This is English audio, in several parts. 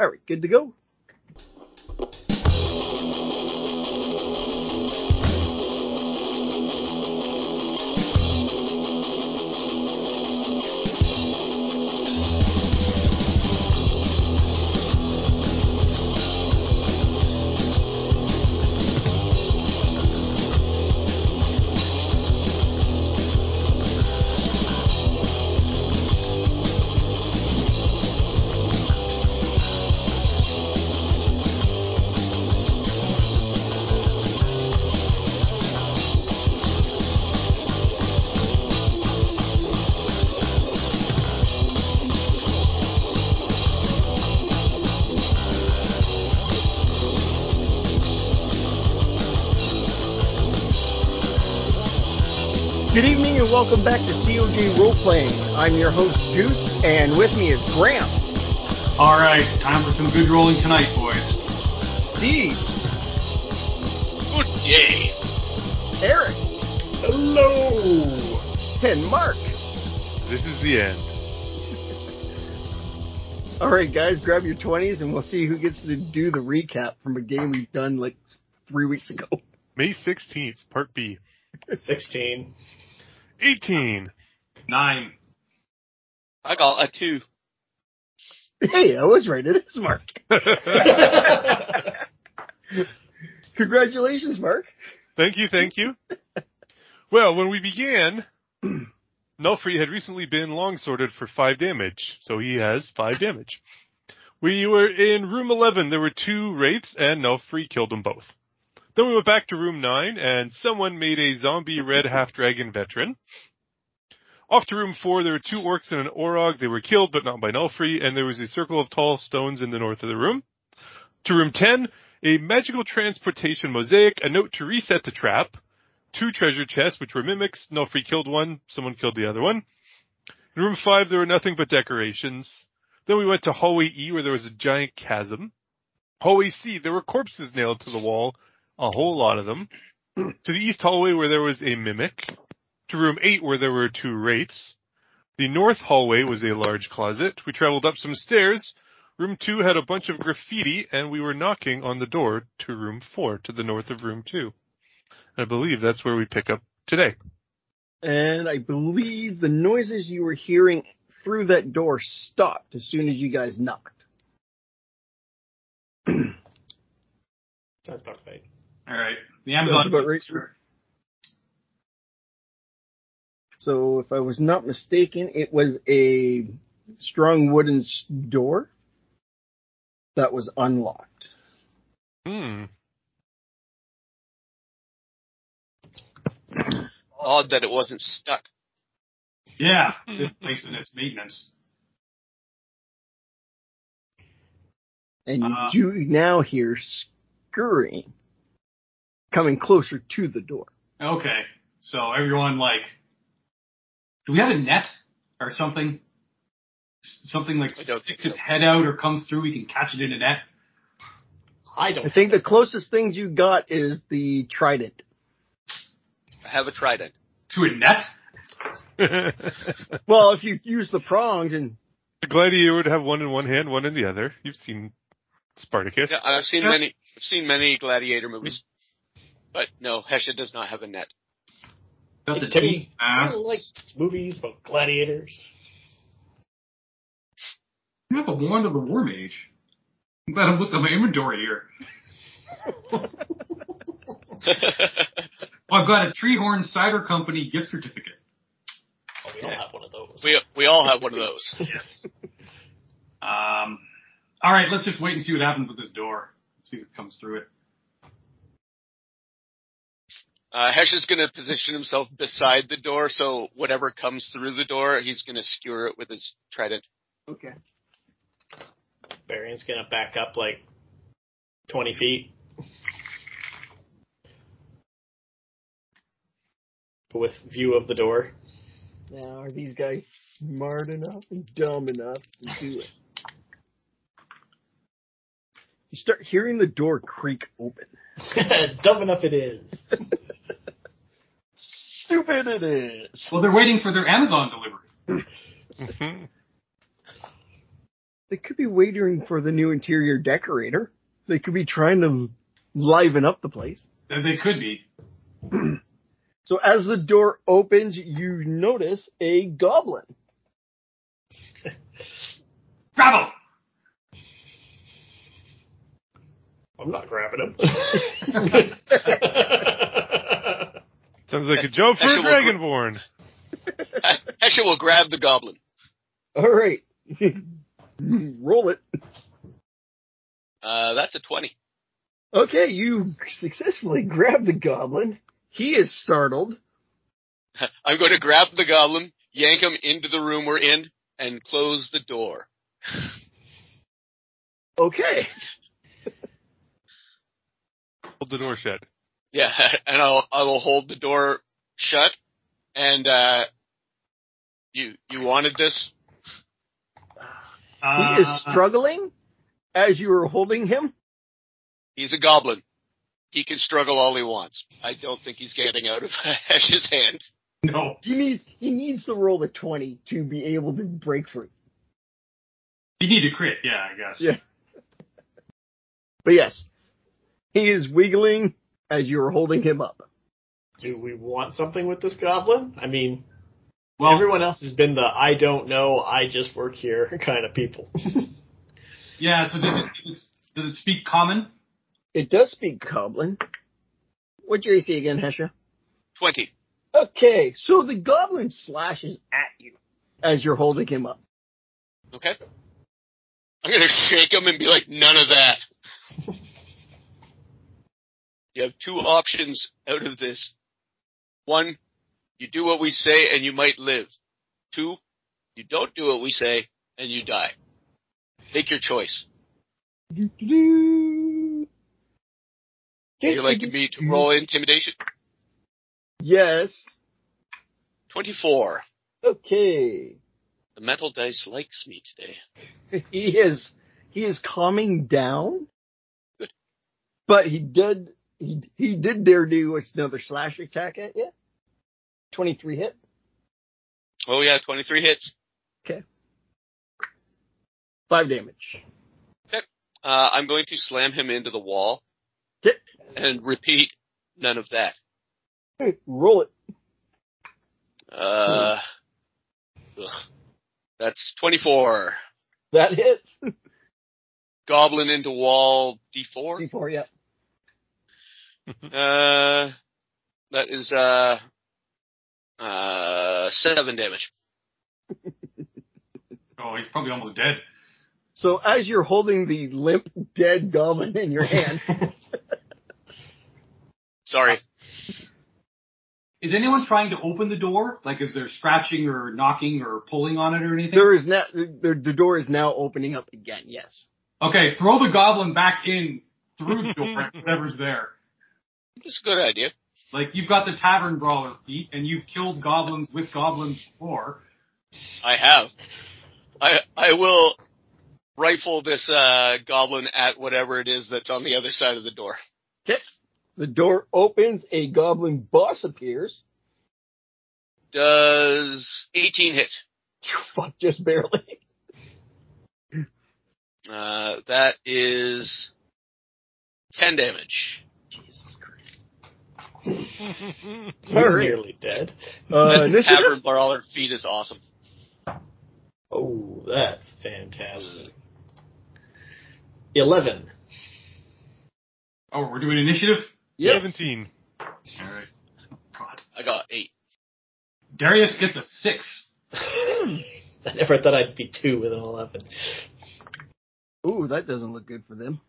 All right, good to go. Good evening and welcome back to COJ Role Playing. I'm your host Juice, and with me is Graham, All right, time for some good rolling tonight, boys. Steve, Good day. Eric, hello, and Mark. This is the end. All right, guys, grab your twenties, and we'll see who gets to do the recap from a game we've done like three weeks ago. May 16th, Part B. 16. 18. Nine. I got a two. Hey, I was right. It is Mark. Congratulations, Mark. Thank you, thank you. Well, when we began, Nelfrey had recently been longsworded for 5 damage, so he has 5 damage. We were in room 11, there were two wraiths, and Nelfrey killed them both. Then we went back to room 9, and someone made a zombie red half-dragon veteran. Off to room 4, there were two orcs and an orog, they were killed, but not by Nelfrey, and there was a circle of tall stones in the north of the room. To room 10, a magical transportation mosaic, a note to reset the trap, two treasure chests, which were mimics. Nelfree killed one, someone killed the other one. In room five, there were nothing but decorations. Then we went to hallway E, where there was a giant chasm. Hallway C, there were corpses nailed to the wall, a whole lot of them. to the east hallway, where there was a mimic. To room eight, where there were two wraiths. The north hallway was a large closet. We traveled up some stairs. Room two had a bunch of graffiti, and we were knocking on the door to room four, to the north of room two. I believe that's where we pick up today. And I believe the noises you were hearing through that door stopped as soon as you guys knocked. That's not right. All right, the That's Amazon. about right. So, if I was not mistaken, it was a strong wooden s- door that was unlocked. Hmm. Odd that it wasn't stuck. Yeah, this place and its maintenance. And you Uh. do now hear scurrying coming closer to the door. Okay, so everyone like, do we have a net or something? S- Something like I don't think sticks so. its head out or comes through. We can catch it in a net. I I don't. think the closest things you got is the trident. I have a trident. To a net? the Well, if you use the prongs and gladiator would have one in one hand, one in the other. You've seen Spartacus. Yeah, I've seen Yeah. many. I've seen many gladiator movies, but no, Hesha does not have a net. Got the Can we- deep I ass. don't like movies about gladiators. You have a wand of the war mage. I'm glad I looked at my inventory here. Oh, I've got a Treehorn Cider Company gift certificate. Oh, we all have one of those. we we all have one of those. Um, all right, let's just wait and see what happens with this door. See if it comes through it. Uh, Hesha's going to position himself beside the door, so whatever comes through the door, he's going to skewer it with his trident. okay, Barion's gonna back up like 20 feet. With view of the door. now are these guys smart enough and dumb enough to do it? You start hearing the door creak open. Dumb enough it is. Stupid it is. Mm-hmm. Well, they're waiting for their Amazon delivery. Mhm. They could be waiting for the new interior decorator. They could be trying to liven up the place. They they could be. So as the door opens, you notice a goblin. Grab him! I'm not grabbing him. Sounds like a joke for a Actually, we're- dragonborn. Hesha will grab the goblin. All right. Roll it. Uh, that's a 20. Okay, you successfully grab the goblin. He is startled. I'm going to grab the goblin, yank him into the room we're in, and close the door. Okay. Hold the door shut. Yeah, and I'll I will hold the door shut. And uh, you you wanted this? He Uh, is struggling as you are holding him. He's a goblin. He can struggle all he wants. I don't think he's getting out of Hesh's hand. No. He needs he needs to roll a twenty to be able to break free. You need to crit, yeah, I guess. Yeah. But yes, he is wiggling as you are holding him up. Do we want something with this goblin? I mean, Well, everyone else has been the I don't know, I just work here kind of people. yeah, so does it, does it, does it speak common? It does speak goblin. What's your AC again, Hesha? Twenty. Okay, so the goblin slashes at you as you're holding him up. Okay. I'm gonna shake him and be like, none of that. you have two options out of this. One, you do what we say and you might live. Two, you don't do what we say and you die. Make your choice. Would Would you like me to roll intimidation? Yes. 24. Okay. The metal dice likes me today. He is he is calming down. Good. But he did he, he did dare do another slash attack at you. Twenty three hit. Oh yeah, 23 hits. Five damage. Uh, I'm going to slam him into the wall Okay. and repeat none of that. Roll it. Uh, ugh. that's 24. That hits. Goblin into wall D4. Before, yeah. Uh, that is, uh, uh, seven damage. Oh, he's probably almost dead. So as you're holding the limp dead goblin in your hand, Sorry. Is anyone trying to open the door? Like, is there scratching or knocking or pulling on it or anything? there is now the, the door is now opening up again. Yes. okay, throw the goblin back in through the door, and whatever's there. That's a good idea. Like, you've got the tavern brawler feat, and you've killed goblins with goblins before. I have. I, I will rifle this, uh, goblin at whatever it is that's on the other side of the door. Okay. The door opens. A goblin boss appears. Does 18 hit. Fuck, just barely. Uh, that is 10 damage. He's Sorry. nearly dead. Uh, The initiative? tavern brawler feat is awesome. Oh, that's fantastic. Eleven. Oh, we're doing initiative? Yes. Seventeen. All right. God. I got eight. Darius gets a six. I never thought I'd be two with an eleven. Ooh, that doesn't look good for them.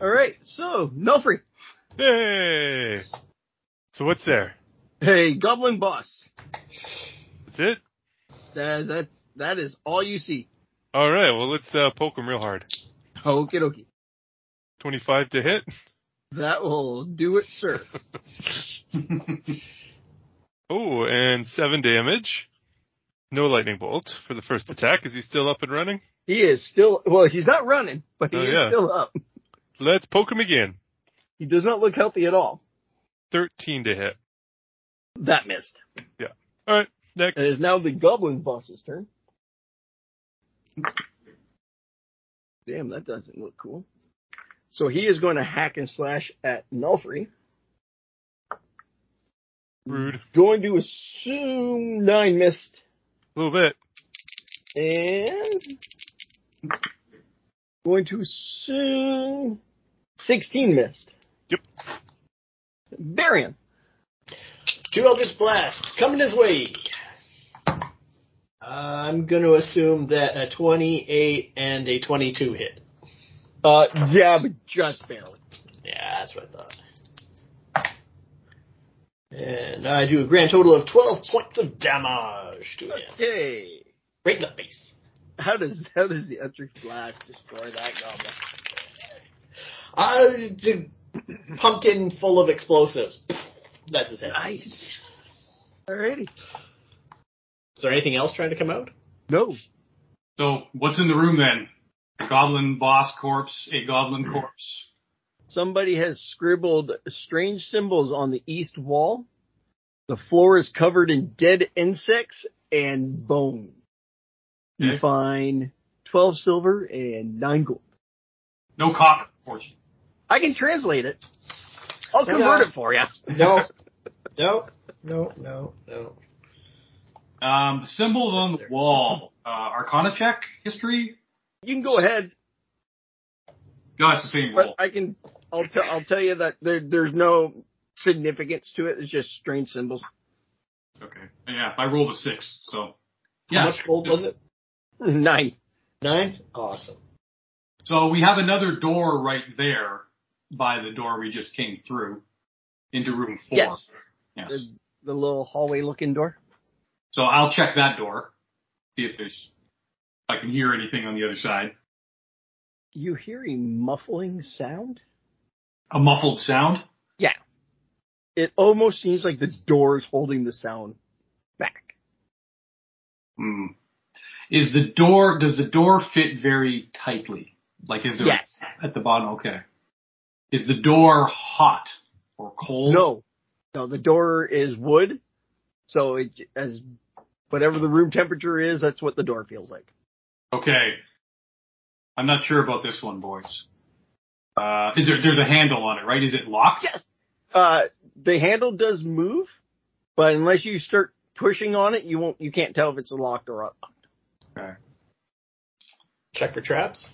All right, so Nelfrey, Hey. So what's there? hey, Goblin Boss. That's it. That that that is all you see. All right. Well, let's uh, poke him real hard. Okie dokie. Twenty-five to hit. That will do it, sir. Oh, and seven damage. No lightning bolt for the first attack. Is he still up and running? He is still well. He's not running, but he Oh, is yeah. still up. Let's poke him again. He does not look healthy at all. Thirteen to hit. That missed. All Uh, right. Next. It is now the Goblin Boss's turn. Damn, that doesn't look cool. So he is going to hack and slash at Nulfree. Rude. Going to assume nine missed A little bit. and going to assume sixteen missed. Yep. Barian. Two Eldritch Blasts coming his way. I'm going to assume that a 28 and a 22 hit. Uh, yeah, but just barely. Yeah, that's what I thought. And I do a grand total of 12 points of damage to him. Okay. Right in the face. How does how does the electric blast destroy that goblin? I do Uh, pumpkin full of explosives. That's his head. Nice. Alrighty. Is there anything else trying to come out? No. So what's in the room then? Goblin boss corpse, a goblin corpse. Somebody has scribbled strange symbols on the east wall. The floor is covered in dead insects and bone. You Okay. find 12 silver and 9 gold. No copper, fortunately. I can translate it. I'll Yeah. convert it for you. No. no. No, no, no. Um, the symbols on the wall. Uh, Arcana check history. You can go ahead, No, it's the same but roll. I can, I'll, t- I'll tell you that there, there's no significance to it. It's just strange symbols. Okay. Yeah, I rolled a six. So How yeah. much gold was it? Nine. Nine? Awesome. So we have another door right there by the door we just came through into room four. Yes. Yes. The, the little hallway looking door. So I'll check that door. See if there's, if I can hear anything on the other side. You hear a muffling sound? A muffled sound. It almost seems like the door is holding the sound back. Hmm. Mm. Is the door, does the door fit very tightly? Like is there Yes. at the bottom? Okay. Is the door hot or cold? No, no, the door is wood, so it as whatever the room temperature is, that's what the door feels like. Okay. I'm not sure about this one, boys. Uh, is there, there's a handle on it, right? Is it locked? Yes. Uh, the handle does move, but unless you start pushing on it, you won't, you can't tell if it's locked or not. Okay. Check for traps.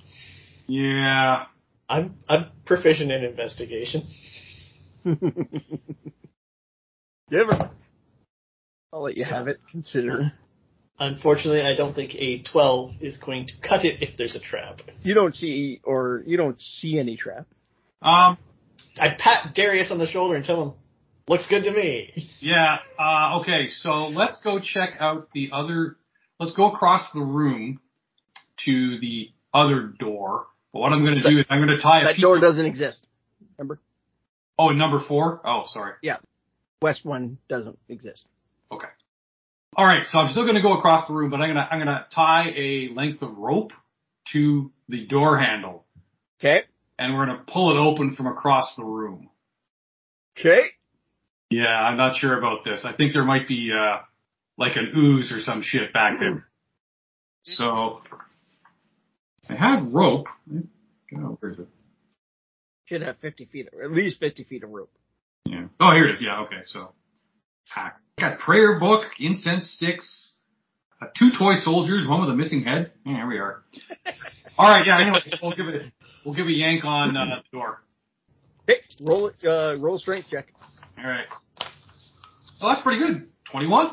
Yeah. I'm I'm proficient in investigation. Give it. I'll let you have it. Consider Unfortunately, I don't think a 12 is going to cut it if there's a trap. you don't see or you don't see any trap. Um, I pat Darius on the shoulder and tell him, "Looks good to me." yeah. Uh, okay. So let's go check out the other, let's go across the room to the other door. But what I'm going to do is I'm going to tie a That piece door of- doesn't exist. Remember, Oh, number four? Oh, sorry. West one doesn't exist. Okay. All right. So I'm still going to go across the room, but I'm going to, I'm going to tie a length of rope to the door handle. Okay. and we're going to pull it open from across the room. Okay. Yeah, I'm not sure about this. I think there might be uh, like an ooze or some shit back there. So I have rope. Oh, where's it? Should have 50 feet, or at least 50 feet of rope. Yeah. Oh, here it is. Yeah. Okay. So I got prayer book, incense sticks, uh, two toy soldiers, one with a missing head. Yeah, here we are. All right. Yeah. Anyway, we'll give it. We'll give a yank on uh, the door. Okay. Roll it, uh, roll strength check. All right. Oh, that's pretty good. Twenty-one.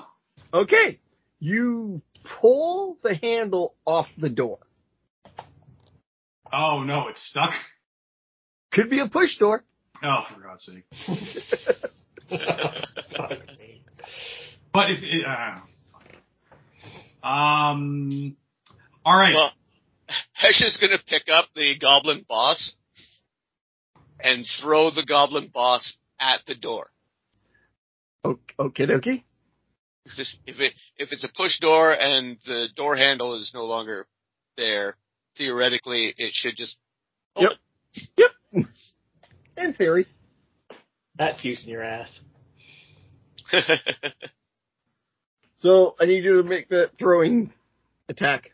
Okay. You pull the handle off the door. Oh no, it's stuck. Could be a push door. Oh, for God's sake! Fuck me. But if it, uh, um, all right, Well, Hesh is going to pick up the goblin boss and throw the goblin boss at the door. Okay, okay, okay. Just if it if it's a push door and the door handle is no longer there, theoretically it should just Yep. In theory. That's using your ass. So I need you to make the throwing attack.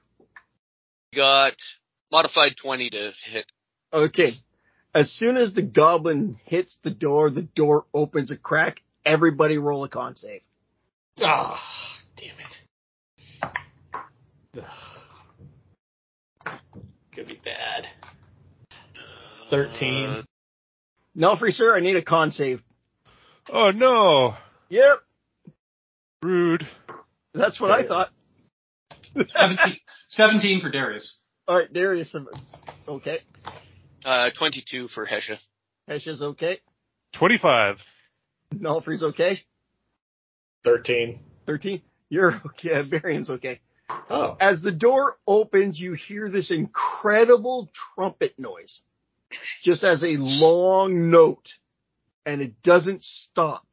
got modified 20 to hit. Okay. As soon as the goblin hits the door, the door opens a crack. Everybody roll a con save. Ah, damn it. Could be bad. 13. Uh, Nelfree, sir, I need a con save. Oh no, Yep. rude. That's what I thought. 17, 17 for Darius. All right, Darius. um, Okay. uh, 22 for Hesha. Hesh is okay. Twenty-five. Nelfree's okay. 13. 13. You're okay. Varian's okay. Oh. As the door opens, you hear this incredible trumpet noise. Just as a long note. And it doesn't stop.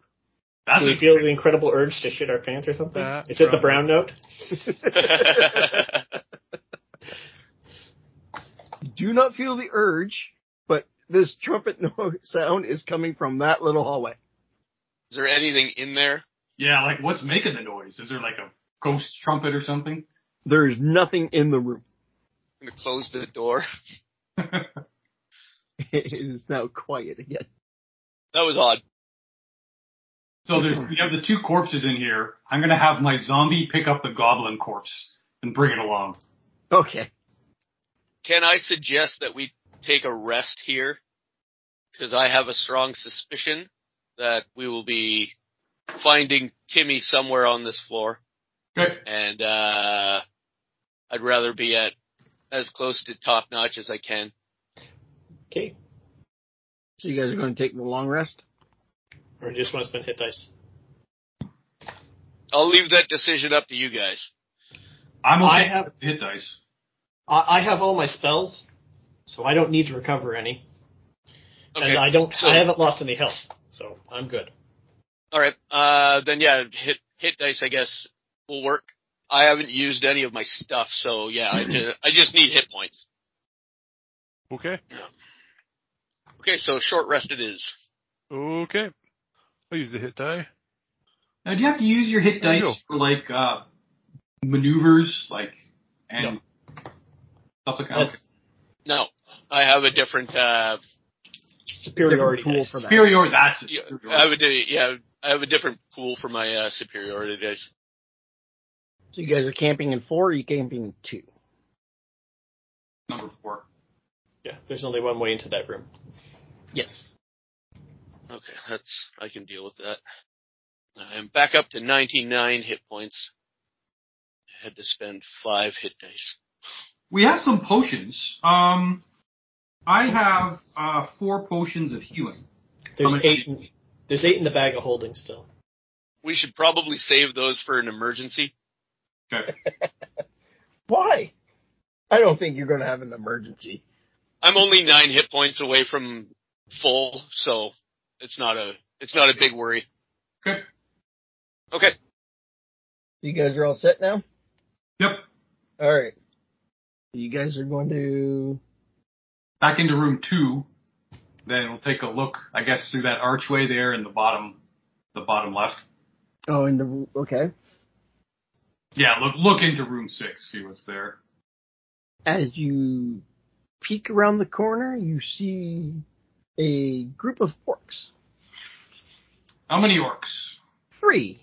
That's Do we it. feel the incredible urge to shit our pants or something? Uh, Is it the probably. brown note? You do not feel the urge, but this trumpet no- sound is coming from that little hallway. Is there anything in there? Yeah, like what's making the noise? Is there like a ghost trumpet or something? There is nothing in the room. I'm gonna close the door. It is now quiet again. That was odd. So there's we have the two corpses in here. I'm gonna have my zombie pick up the goblin corpse and bring it along. Okay. Can I suggest that we take a rest here? Because I have a strong suspicion that we will be finding Timmy somewhere on this floor, Okay. and uh, I'd rather be at as close to top notch as I can. Okay. So you guys are going to take the long rest? Or do you just want to spend hit dice? I'll leave that decision up to you guys. I'm okay. I have- with hit dice. I, I have all my spells, so I don't need to recover any. Okay. And I don't. so- I haven't lost any health, so I'm good. All right. Uh, then yeah, hit hit dice. I guess will work. I haven't used any of my stuff, so yeah, I just, I just need hit points. Okay, Okay, so short rest it is. okay. I'll use the hit die. Now, do you have to use your hit There you dice go. for like uh, maneuvers, like and stuff like that? That's No, I have a different. Uh, superiority Different pool dice. for that. Superior, that's it. yeah, Superior. I would do. Yeah, I have a different pool for my uh, superiority dice. So you guys are camping in four or you camping in two? number four. Yeah, there's only one way into that room. Yes. Okay, that's I can deal with that. I'm back up to 99 hit points. I had to spend five hit dice. We have some potions. Um, I have uh, four potions of healing. There's How many- eight. In, there's eight in the bag of holding still. We should probably save those for an emergency. Okay. Why? I don't think you're going to have an emergency. I'm only nine hit points away from full, so it's not a it's not a big worry. Okay. Okay. You guys are all set now? Yep. All right. You guys are going to. Back into room two. Then we'll take a look, I guess, through that archway there in the bottom, the bottom left. Oh, in the. Okay. Yeah, look look into room six, see what's there. As you peek around the corner, you see a group of orcs. How many orcs? Three.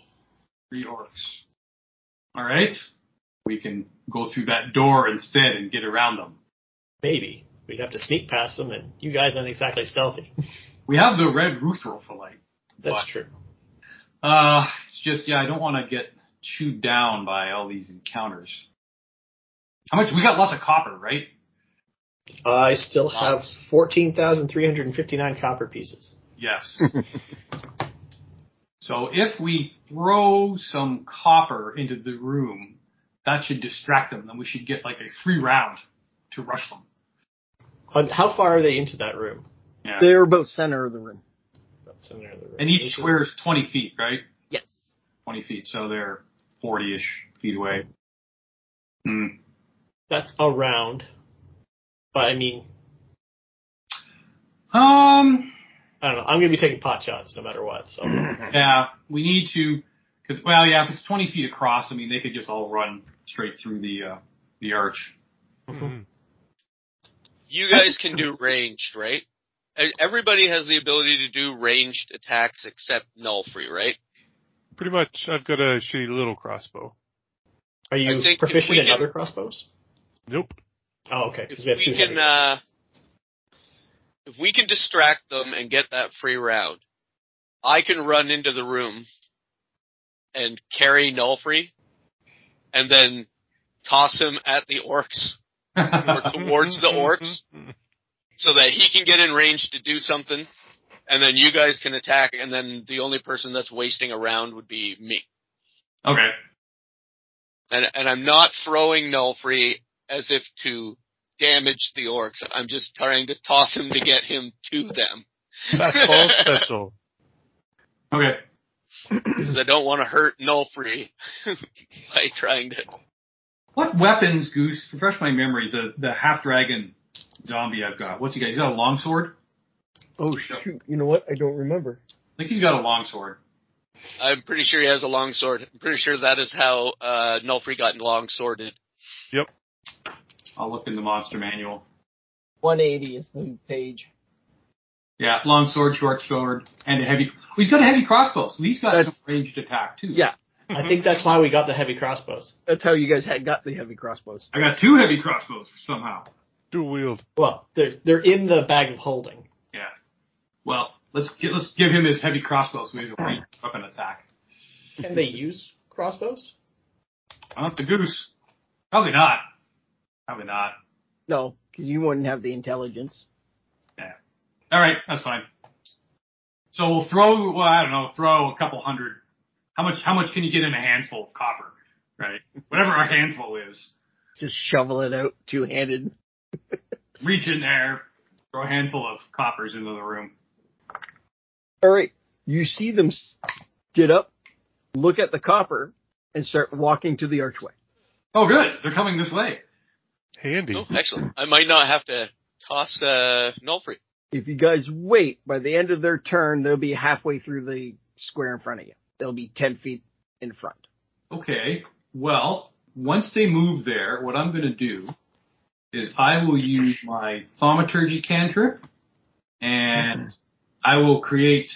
Three orcs. All right. We can go through that door instead and get around them. Maybe we'd have to sneak past them, and you guys aren't exactly stealthy. We have the red Rutherfolite. That's What? true. Uh, it's just, yeah, I don't want to get chewed down by all these encounters. How much? We got lots of copper, right? I still have fourteen thousand three hundred and fifty-nine copper pieces. Yes. so if we throw some copper into the room, that should distract them. Then we should get like a free round to rush them. How- How far are they into that room? Yeah. They're about center of the room. About center of the room. and each square is 20 feet, right? Yes. 20 feet. So they're 40-ish feet away. Hmm. That's around. But I mean, Um, I don't know. I'm going to be taking pot shots no matter what. So Yeah, we need to, because well, yeah, if it's twenty feet Mm-hmm. across, I mean, they could just all run straight through the uh, the arch. Mhm. you guys can do ranged, right? E- Everybody has the ability to do ranged attacks except Nullfree, right? Pretty much, I've got a shitty little crossbow. Are I think you if proficient we in can- other crossbows? Nope. Oh, okay. If Because we have two we can, heavy. uh, if we can distract them and get that free round, I can run into the room and carry Nullfree, and then toss him at the orcs or towards Mm-hmm. the orcs, so that he can get in range to do something, and then you guys can attack, and then the only person that's wasting a round would be me. okay. And and I'm not throwing Nullfree as if to damage the orcs. I'm just trying to toss him to get him to them. That's all special. Okay. Because I don't want to hurt Nullfree by trying to What weapons, Goose? Refresh my memory. The the half dragon zombie I've got. What's he got? He's got a longsword. Oh shoot! You know what? I don't remember. I think he's got a longsword. I'm pretty sure he has a long sword. I'm pretty sure that is how uh Nullfree got long sworded. I'll look in the monster manual. 180 is the page. Yeah, longsword, short sword, and a heavy. Oh, he's got a heavy crossbow, so he's got That's- some ranged attack too. Yeah, I think that's why we got the heavy crossbows. that's how you guys had got the heavy crossbows. I got two heavy crossbows somehow. Dual wield. Well, they're they're in the bag of holding. Yeah. Well, let's gi- let's give him his heavy crossbow so he has a ranged weapon attack. Can they use crossbows? Not the goose. Probably not. Probably not. No, because you wouldn't have the intelligence. All right, that's fine. So we'll throw. Well, I don't know. Throw a couple hundred. How much? How much can you get in a handful of copper? Right. Whatever our handful is. Just shovel it out two handed. Reach in there. Throw a handful of coppers into the room. All right, you see them s- get up, look at the copper, and start walking to the archway. Oh, good. They're coming this way. Handy. Oh, excellent. I might not have to toss uh Nullfree. If you guys wait, by the end of their turn, they'll be halfway through the square in front of you. They'll be 10 feet in front. Okay. Well, once they move there, what I'm going to do is I will use my thaumaturgy cantrip and I will create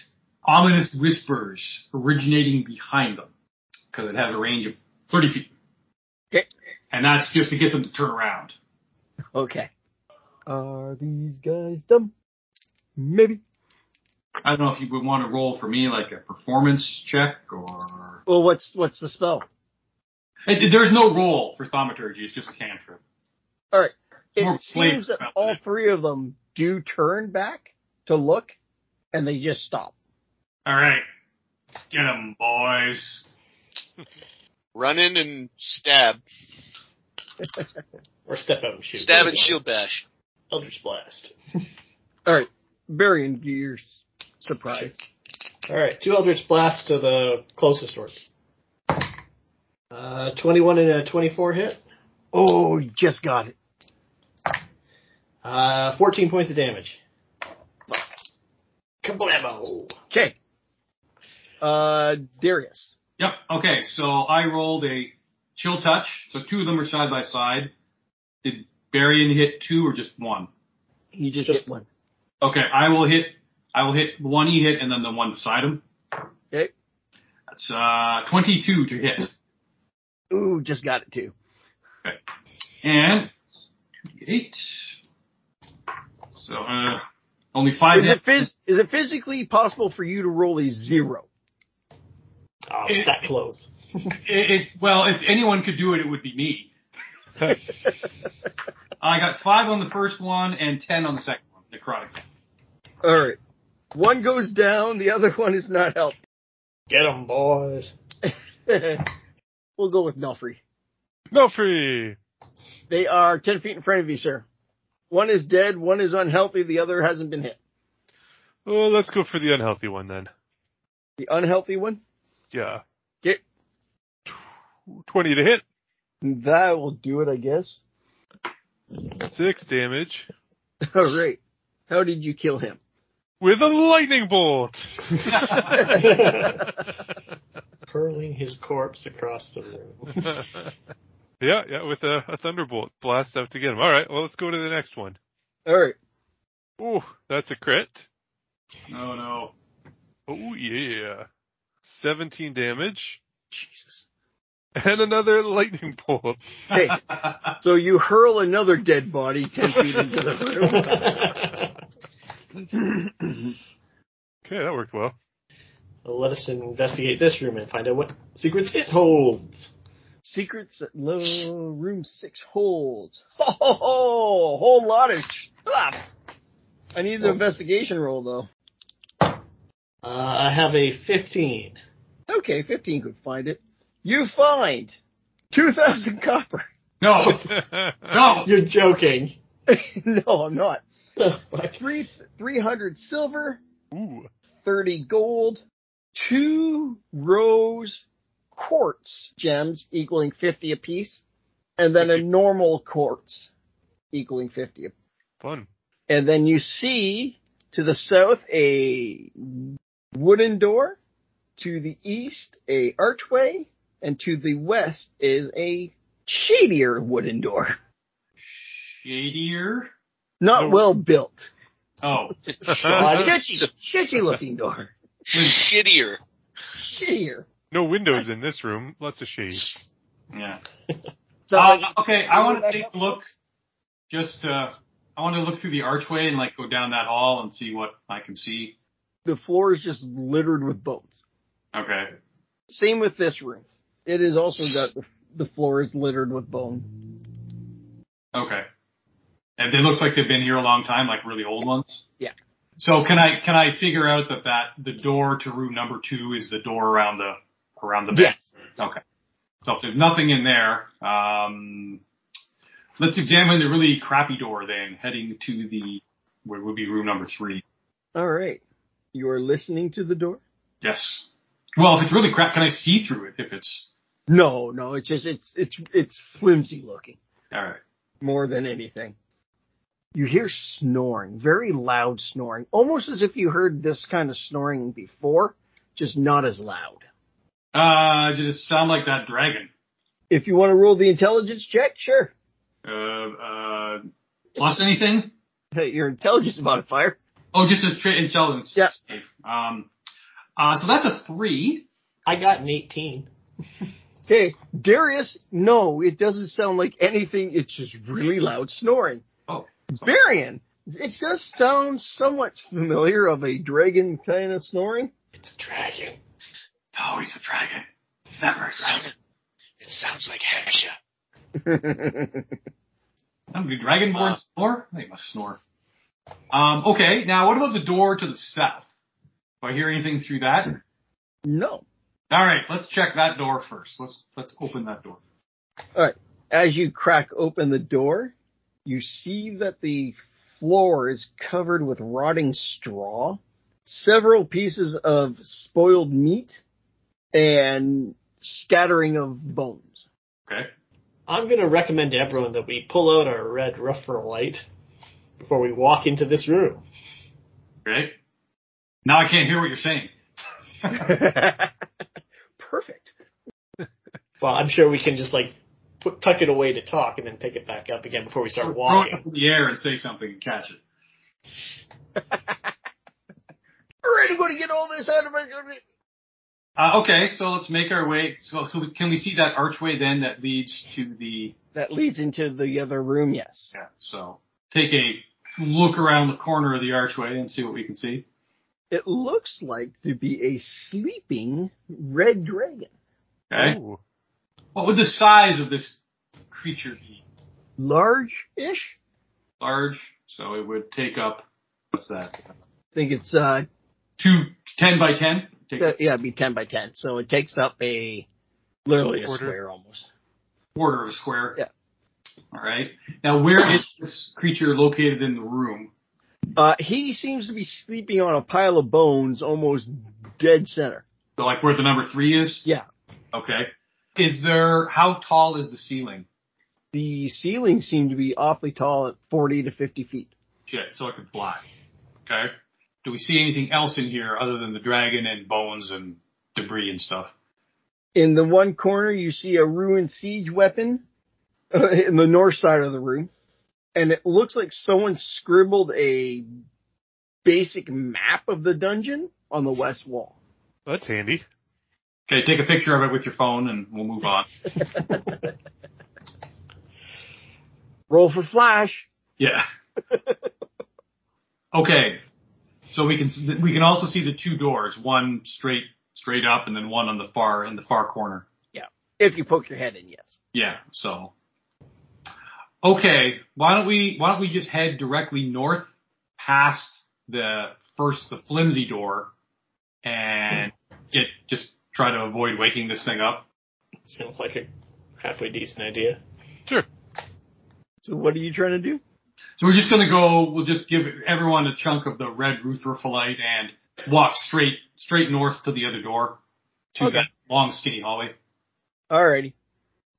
ominous whispers originating behind them because it has a range of 30 feet. Okay. And that's just to get them to turn around. Okay. Are these guys dumb? Maybe. I don't know if you would want to roll for me like a performance check or. Well, what's what's the spell? It, there's no roll for thaumaturgy, it's just a cantrip. All right. It More flavor seems that about all that. three of them do turn back to look, and they just stop. All right. Get 'em, boys. Run in and stab. Or step out and shoot. Stab and shield bash. Eldritch Blast. All right, Barian, to your surprise, Alright, two Eldritch Blasts to the closest orc. Uh, 21 and a 24 hit. oh, you just got it. Uh, 14 points of damage. Kablamo! Okay. Uh, Darius. Yep. Okay. So I rolled a chill touch. So two of them are side by side. Did Barian hit two or just one? He just, Just hit one. Okay. I will hit. I will hit one he hit and then the one beside him. Okay. That's uh, 22 to hit. Ooh, just got it too. And eight. So uh, only five. Is hit. it, phys- is it physically possible for you to roll a zero? Oh, it's that close. It, it, well, if anyone could do it, it would be me. I got five on the first one and ten on the second one. Necrotic. All right. One goes down, the other one is not helped. Get 'em, boys. we'll go with Nuffrey. No free. They are 10 feet in front of you, sir. One is dead, one is unhealthy, the other hasn't been hit. Well, Oh, let's go for the unhealthy one then. The unhealthy one, Yeah. Get- Twenty to hit. that will do it, I guess. Six damage All right. How did you kill him? with a lightning bolt. Hurling his corpse across the room. yeah, yeah, with a, a thunderbolt blast out to get him. All right, well, let's go to the next one. All right. Ooh, that's a crit. No, no. Oh yeah. 17 damage Jesus. and another lightning bolt. Hey, so you hurl another dead body ten feet into the room. Okay, that worked well. Let us investigate this room and find out what secrets it holds. Secrets at low room six holds. Ho ho ho! Whole lot of stuff. I need an investigation roll though. Uh, I have a 15. Okay, fifteen could find it. You find two thousand copper. No, no. You're joking. no, I'm not. The fuck? Three three hundred silver, Ooh. 30 gold, two rose quartz gems equaling 50 apiece, and then a normal quartz equaling 50. Fun. And then you see to the south a wooden door, to the east a archway, and to the west is a shadier wooden door. Shadier. Not No. well built. Oh, Uh, Sketchy, sketchy looking door. Shittier. Shittier. no windows in this room. Lots of shade. yeah. It's not Uh, like- okay, I want to back take up? a look. Just, uh, I want to look through the archway and like go down that hall and see what I can see. the floor is just littered with bones. Okay. Same with this room. It is also got the, the floor is littered with bone. Okay. And it looks like they've been here a long time, like really old ones. Yeah. So can I can I figure out that that the door to room number two is the door around the around the bed? Okay. So if there's nothing in there, um, let's examine the really crappy door then, heading to the where would be room number three. All right. You are listening to the door? Yes. Well, if it's really crap, can I see through it? If it's No, no, it's just it's it's it's flimsy looking all right. more than anything. You hear snoring, very loud snoring, almost as if you heard this kind of snoring before, just not as loud. Uh, did it sound like that dragon? If you want to roll the intelligence check, sure. Uh, uh, plus anything? Hey, Your intelligence modifier. Oh, just as straight intelligence. Yeah. Safe. Um, uh, so that's a three. I got an 18. Okay, Darius, no, it doesn't sound like anything. It's just really loud snoring. Oh. Varian, it does sound somewhat familiar of a dragon kind of snoring. It's a dragon. It's always oh, a dragon. It's never a dragon. It sounds like Hesha. Um, Do dragonborn snore? They must snore. Um, okay, now what about the door to the south? Do I hear anything through that? no. All right, let's check that door first. Let's let's open that door. As you crack open the door, you see that the floor is covered with rotting straw, several pieces of spoiled meat, and scattering of bones. Okay. I'm going to recommend to everyone that we pull out our red rougher light before we walk into this room. Great. Now I can't hear what you're saying. Perfect. Well, I'm sure we can just like put, tuck it away to talk and then pick it back up again before we Throw start it up walking. in the air and say something and catch it. All right, I'm going to get all this out of my. Uh, okay, so let's make our way. So, so can we see that archway then that leads to the That leads into the other room, yes. Yeah, so take a look around the corner of the archway and see what we can see. It looks like to be a sleeping red dragon. Okay. Ooh. What would the size of this creature be? Large ish? Large, so it would take up, what's that? I think it's, uh, Two, 10 by 10? Take th- yeah, it'd be 10 by 10. So it takes up a, literally a Quarter. square almost. a quarter of a square. Yeah. All right. Now, where is this creature located in the room? Uh, he seems to be sleeping on a pile of bones almost dead center. So, like where the number three is? Yeah. Okay. Is there, how tall is the ceiling? The ceiling seemed to be awfully tall at 40 to 50 feet. Shit, so it could fly. Okay. Do we see anything else in here other than the dragon and bones and debris and stuff? In the one corner, you see a ruined siege weapon uh, in the north side of the room. and it looks like someone scribbled a basic map of the dungeon on the west wall. That's handy. Okay, take a picture of it with your phone and we'll move on. Roll for flash. Yeah. okay. So we can we can also see the two doors, one straight straight up, and then one on the far in the far corner. If you poke your head in, yes. Yeah. So. Okay. Why don't we Why don't we just head directly north, past the first the flimsy door, and get just try to avoid waking this thing up. Sounds like a halfway decent idea. Sure. So what are you trying to do? So we're just gonna go. We'll just give everyone a chunk of the red rutherfolite and walk straight straight north to the other door, to Okay. that long skinny hallway. Alrighty.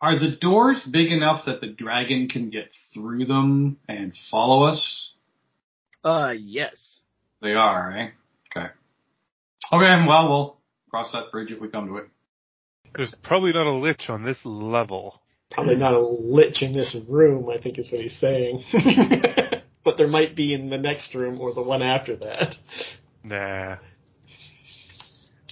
Are the doors big enough that the dragon can get through them and follow us? Uh, yes. They are, eh? Okay. Okay, well, we'll cross that bridge if we come to it. There's probably not a lich on this level. Probably not a lich in this room, I think is what he's saying. but there might be in the next room or the one after that. Nah.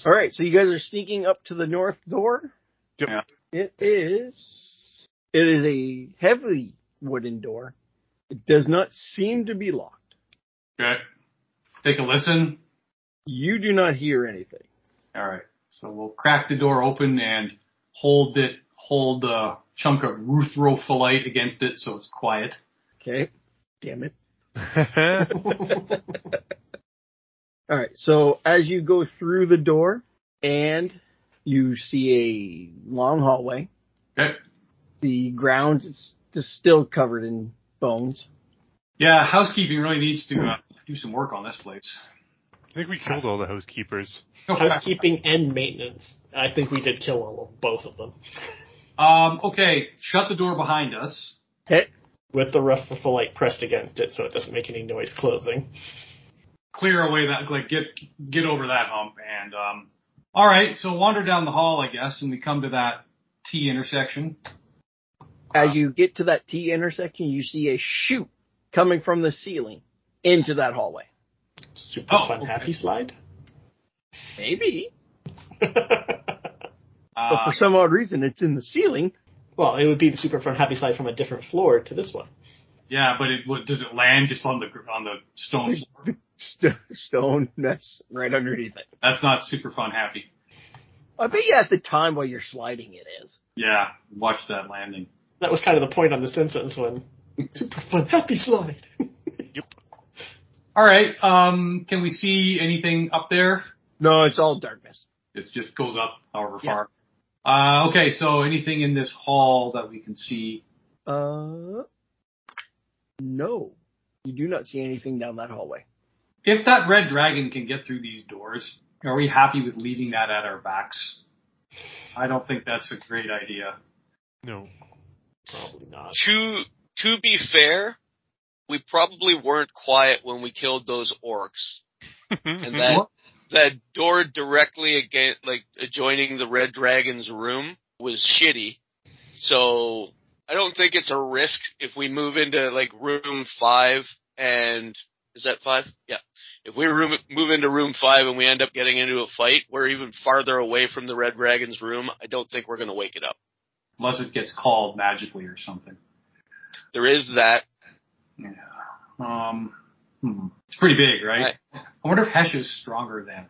Alright, so you guys are sneaking up to the north door. Yep. Yeah. It is, it is a heavily wooden door. It does not seem to be locked. Okay. Take a listen. You do not hear anything. All right. So we'll crack the door open and hold it, hold a chunk of ruthrophyllite against it so it's quiet. Okay. Damn it. All All right. So as you go through the door and you see a long hallway, Okay. the ground is just still covered in bones. Yeah, housekeeping really needs to uh, do some work on this place. I think we killed all the housekeepers. Housekeeping and maintenance. I think we did kill all of both of them. Um, okay, shut the door behind us. Okay. With the light pressed against it so it doesn't make any noise closing. clear away that like get get over that hump and um all right so wander down the hall i guess and we come to that t intersection As you get to that T intersection, you see a chute coming from the ceiling into that hallway. Super Oh, fun okay. happy slide. Maybe. But uh, for some odd reason, it's in the ceiling. well, it would be the super fun happy slide from a different floor to this one. yeah but it what, does it land just on the gr- on the stone floor? St- stone that's right underneath it. that's not super fun happy I bet you at the time while you're sliding, it is. yeah watch that landing That was kind of the point on the Simpsons one. super fun happy slide. all right um can we see anything up there No, it's all darkness. it just goes up however Yeah. far uh okay so anything in this hall that we can see Uh, no, you do not see anything down that hallway. if that red dragon can get through these doors, are we happy with leaving that at our backs? I don't think that's a great idea. No. Probably not. To to be fair, we probably weren't quiet when we killed those orcs. And Mm-hmm. that that door directly against like adjoining the red dragon's room was shitty. So I don't think it's a risk if we move into like room 5 and is that 5? Yeah. If we room, move into room 5 and we end up getting into a fight, we're even farther away from the red dragon's room. I don't think we're going to wake it up. Unless it gets called magically or something. There is that. Yeah. Um, hmm. It's pretty big, right? Right. I wonder if Hesh is stronger than.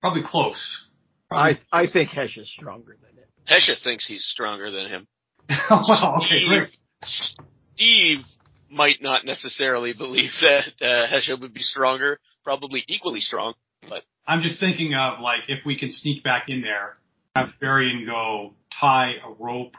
Probably close. I I think Hesh is stronger than it. Hesha thinks he's stronger than him. well, okay, Steve, great. Steve might not necessarily believe that uh, Hesha would be stronger, probably equally strong. I'm just thinking of like if we can sneak back in there, have Varian go tie a rope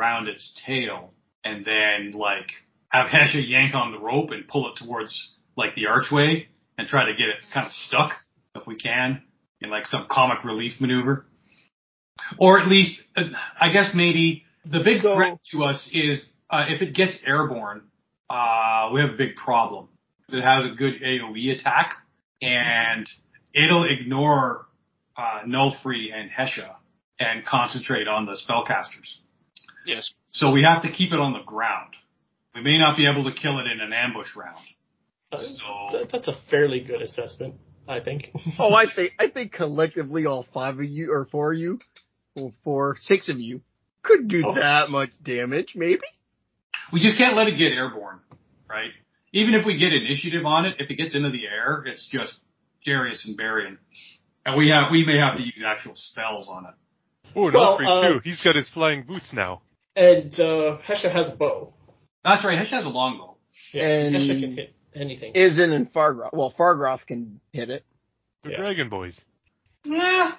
around its tail, and then like have Hesha yank on the rope and pull it towards like the archway and try to get it kind of stuck if we can in like some comic relief maneuver, or at least uh, I guess maybe the big So- threat to us is uh, if it gets airborne, uh, we have a big problem. It has a good AOE attack and it'll ignore uh, Nullfree and Hesha and concentrate on the spellcasters. Yes. So we have to keep it on the ground. We may not be able to kill it in an ambush round. Uh, So that- that's a fairly good assessment, I think. Oh, I think I think collectively all five of you or four of you, or four six of you could do Oh. that much damage, maybe. we just can't let it get airborne, right? Even if we get initiative on it, if it gets into the air, it's just Darius and Barian. And we have we may have to use actual spells on it. Oh, Well, no, free uh, too. He's got his flying boots now. and uh, Hesha has a bow. That's right, Hesh has a longbow. Yeah, And- Hesha can hit anything. Isn't in Fargroth. Well, Fargroth can hit it. The Yeah. Dragon Boys. Yeah.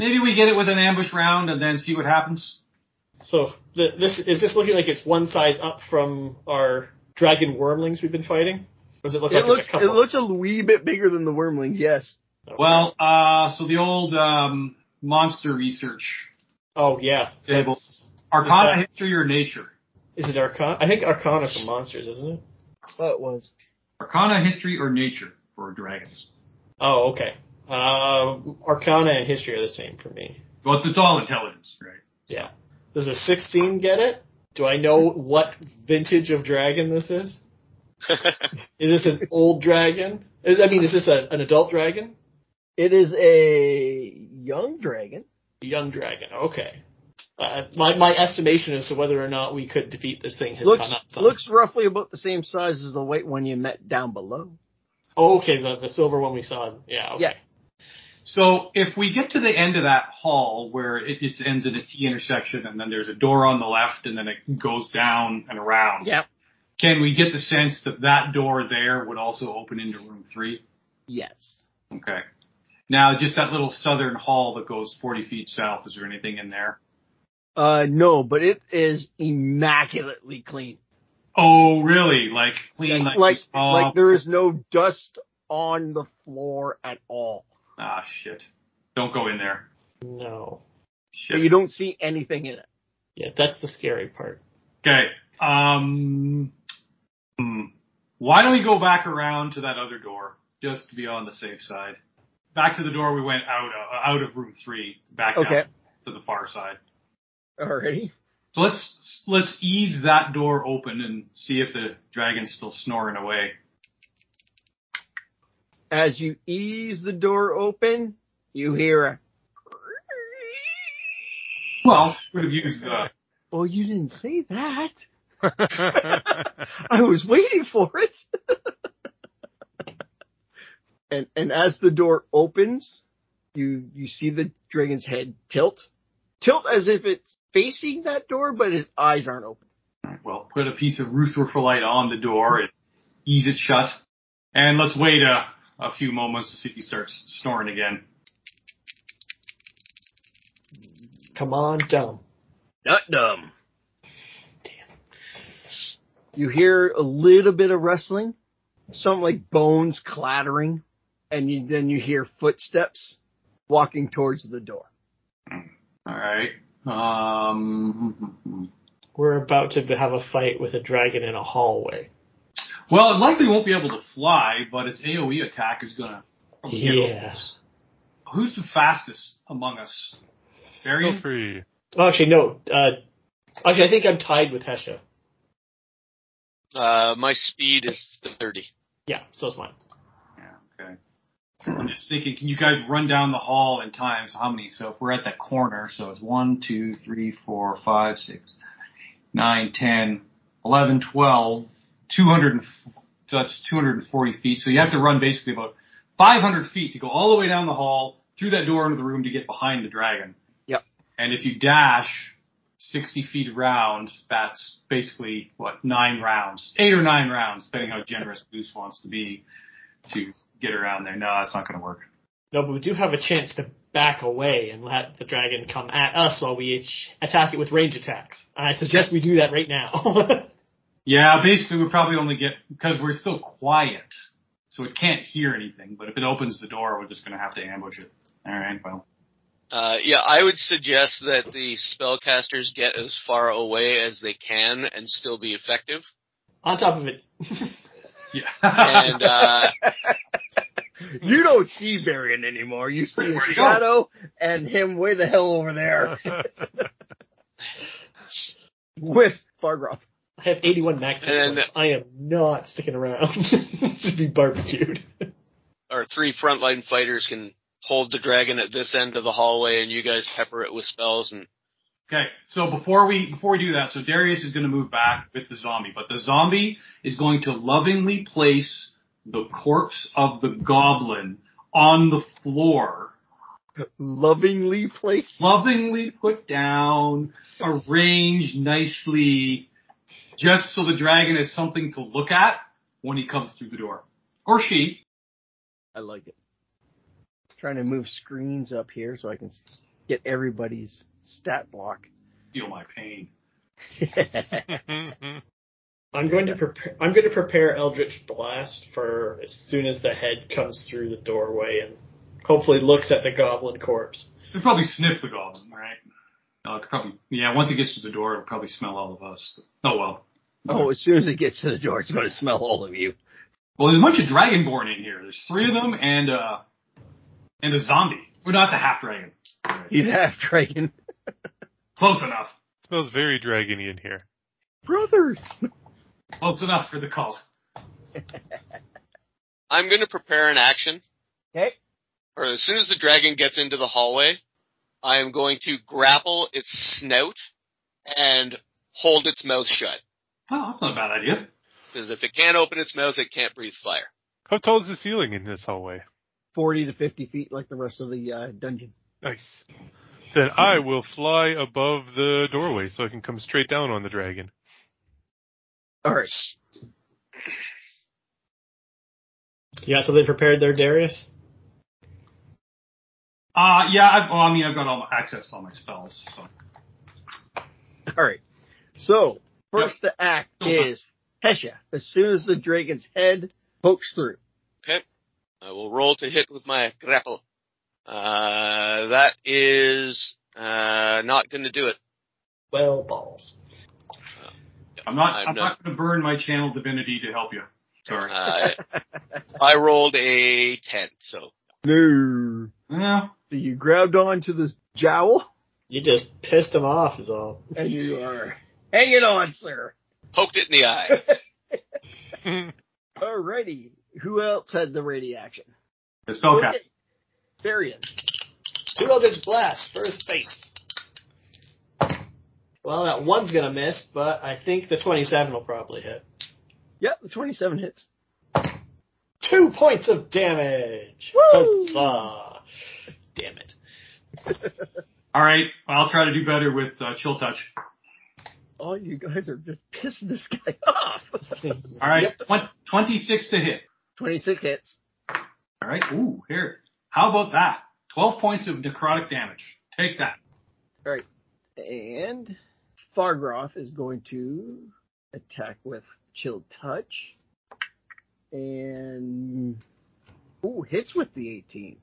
Maybe we get it with an ambush round and then see what happens. so the, this is this looking like it's one size up from our dragon wormlings we've been fighting? Or does it look like It looks it's a it couple? looks a wee bit bigger than the Wormlings. Yes. Okay. Well, uh, so the old um, monster research. oh yeah, Yeah, that's- Arcana, that- history, or nature? Is it Arcana? I think Arcana for monsters, isn't it? Oh, it was. Arcana, history, or nature for dragons. Oh, okay. Uh, Arcana and history are the same for me. Well, it's all intelligence, right? Yeah. Does a 16 get it? Do I know what vintage of dragon this is? Is this an old dragon? Is, I mean, is this a, an adult dragon? It is a young dragon. A young dragon. Okay. Uh, my my estimation as to whether or not we could defeat this thing has looks gone up. Some. looks roughly about the same size as the white one you met down below. Oh, okay, the the silver one we saw. Yeah. Okay. Yeah. So if we get to the end of that hall where it, it ends at a T intersection and then there's a door on the left and then it goes down and around, Yep. can we get the sense that that door there would also open into room three? Yes. Okay. Now, just that little southern hall that goes 40 feet south, is there anything in there? Uh, no, but it is immaculately clean. Oh, really? Like clean, Like like, like, oh, like there is no dust on the floor at all. ah, shit. Don't go in there. No. But Shit. you don't see anything in it. Yeah, that's the scary part. Okay. Um, hmm. Why don't we go back around to that other door just to be on the safe side? Back to the door we went out of, out of room three, back down Okay. to the far side. Alrighty. So let's let's ease that door open and see if the dragon's still snoring away. As you ease the door open, you hear a. Well, would have used uh, the Well, you didn't say that. That's I was waiting for it. and and as the door opens, you you see the dragon's head tilt, tilt as if it's facing that door, but his eyes aren't open. well, put a piece of rutherfurlite on the door and ease it shut, and let's wait a a few moments to see if he starts snoring again. Come on, dumb. Not dumb. You hear a little bit of rustling, something like bones clattering, and you, then you hear footsteps walking towards the door. All right. Um, We're about to have a fight with a dragon in a hallway. Well, it likely won't be able to fly, but its AOE attack is gonna. probably hit all of Yeah. us. Who's the fastest among us? Varian? Feel free. Well, actually, no. Uh, actually, I think I'm tied with Hesha. uh, my speed is 30. Yeah, so is mine. Yeah, okay. I'm just thinking, can you guys run down the hall in times? How many? So if we're at that corner, so it's one, two, three, four, five, six, nine, ten, eleven, twelve, two hundred and f- so that's 240 feet. So you have to run basically about 500 feet to go all the way down the hall through that door into the room to get behind the dragon. Yep. And if you dash 60 feet around, that's basically what nine rounds, eight or nine rounds, depending how generous Goose wants to be to get around there. No, it's not going to work. No, but we do have a chance to back away and let the dragon come at us while we ach- attack it with range attacks. I suggest we do that right now. Yeah, basically we probably only get because we're still quiet, so it can't hear anything. But if it opens the door, we're just going to have to ambush it. All right, well, Uh, yeah, I would suggest that the spellcasters get as far away as they can and still be effective. On top of it, yeah. And uh, You don't see Varian anymore. You see his Where'd he go? shadow and him way the hell over there with Fargroth. I have 81 max hit And- points. I am not sticking around to be barbecued. Our three frontline fighters can hold the dragon at this end of the hallway, and you guys pepper it with spells. And Okay, so before we before we do that, so Darius is going to move back with the zombie, but the zombie is going to lovingly place the corpse of the goblin on the floor, Lovingly placed. lovingly put down, arranged nicely, just so the dragon has something to look at when he comes through the door, or she. I like it. Trying to move screens up here so I can s- get everybody's stat block. Feel my pain. I'm going to prepare. I'm going to prepare Eldritch Blast for as soon as the head comes through the doorway and hopefully looks at the goblin corpse. It'll probably sniff the goblin, right? No, it could probably yeah. Once it gets to the door, it'll probably smell all of us. Oh well. oh, as soon as it gets to the door, it's going to smell all of you. Well, there's a bunch of dragonborn in here. There's three of them and uh and a zombie. Well, no, it's a half dragon. He's half dragon. Close enough. smells very dragony in here. Brothers! Close enough for the cult. I'm going to prepare an action. Okay. Or as soon as the dragon gets into the hallway, I am going to grapple its snout and hold its mouth shut. Oh, that's not a bad idea. Because if it can't open its mouth, it can't breathe fire. How tall is the ceiling in this hallway? 40 to 50 feet like the rest of the uh, dungeon. Nice. Then I will fly above the doorway so I can come straight down on the dragon. Alright. You got something prepared there, Darius? Uh yeah. I've, well, I mean, I've got all my access to all my spells. So Alright. So, first to act is Hesha. As soon as the dragon's head pokes through. I will roll to hit with my grapple. Uh, that is uh, not going to do it. Well, balls. I'm not. I'm I'm, not going to burn my channel divinity to help you. Sorry. Uh, I rolled a 10, so No. yeah. So you grabbed onto the jowl, You just pissed him off, is all. and you are hanging on, sir. poked it in the eye. Alrighty. Who else had the radiaction? The spellcast. Okay. Darian. Two Eldritch Blast, first base. Well, that one's gonna miss, but I think the 27 will probably hit. Yep, the 27 hits. Two points of damage. Woo! Huzzah. Damn it. All right. I'll try to do better with uh, chill touch. Oh, you guys are just pissing this guy off. All right. Yep. Twen- Twenty-six to hit. 26 hits. All right. Ooh, here. How about that? Twelve points of necrotic damage. Take that. And Fargroth is going to attack with Chill Touch. And. Ooh, hits with the 18.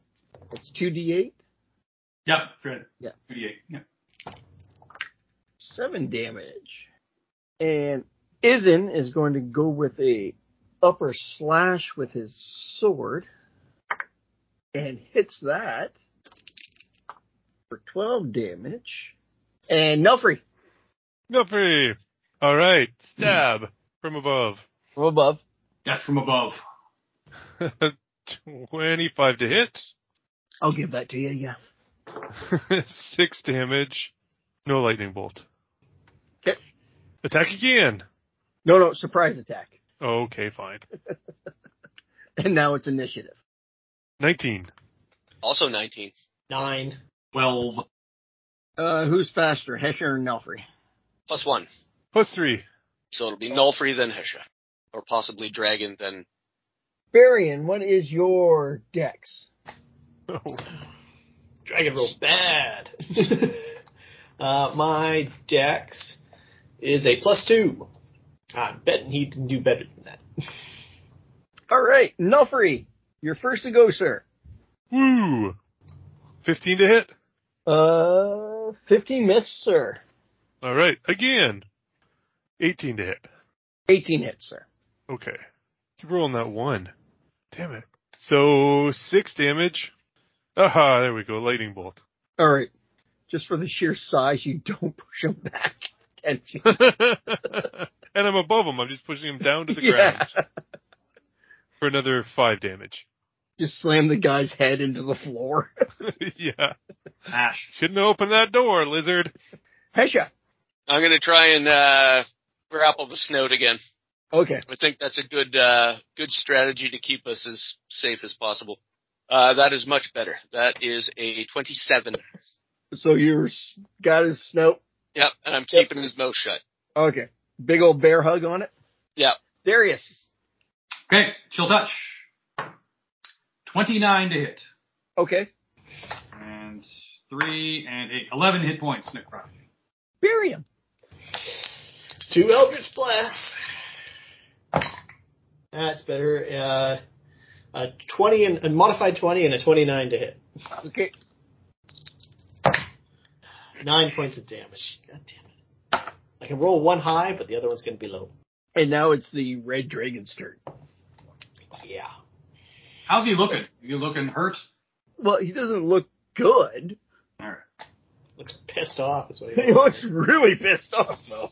It's 2d8, Yep. Fred. Yeah. Thirty-eight. Yeah. 7 damage. And Izin is going to go with a upper slash with his sword. And hits that for 12 damage. And Nelfree, Nuffy! Alright, stab from above. from above. Death from above. 25 to hit. I'll give that to you, yeah. Six damage. No lightning bolt. Okay. Attack again. No, no, surprise attack. Okay, fine. And now it's initiative. 19. Also 19. Nine. Twelve. Uh, who's faster, Hesher or Nelfree? Plus 1. Plus 3. So it'll be null free then Hesha. Or possibly Dragon then. Barian, what is your dex? Oh, Dragon roll bad. uh, my dex is a plus two. I'm betting he can do better than that. All right, Nelfree, you're first to go, sir. Woo! 15 to hit. Uh, 15 miss, sir. Alright, again. 18 to hit. 18 hits, sir. Okay. Keep rolling that one. Damn it. So, 6 damage. Aha, there we go. Lightning bolt. All right. Just for the sheer size, you don't push him back. attention. and I'm above him. I'm just pushing him down to the ground Yeah. for another five damage. Just slam the guy's head into the floor. yeah. Ash. Shouldn't have opened that door, lizard. Hesha. I'm gonna try and uh, grapple the snout again. Okay. I think that's a good uh, good strategy to keep us as safe as possible. Uh, that is much better. That is a 27. So you got his snout. Yep, and I'm Yep. keeping his mouth shut. Okay. Big old bear hug on it. Yeah. Darius. Okay, chill touch. 29 to hit. Okay. And 3 and 8. 11 hit points, necrotic. Bury him. Two Eldritch Blasts. That's better. Uh, a 20 and a modified 20 and a 29 to hit. Okay. Nine points of damage. God damn it. I can roll one high, but the other one's going to be low. And now it's the red dragon's turn. Oh, Yeah. How's he looking? Is he looking hurt? Well, he doesn't look good. All right. Looks pissed off is what he He looks. looks really pissed off though.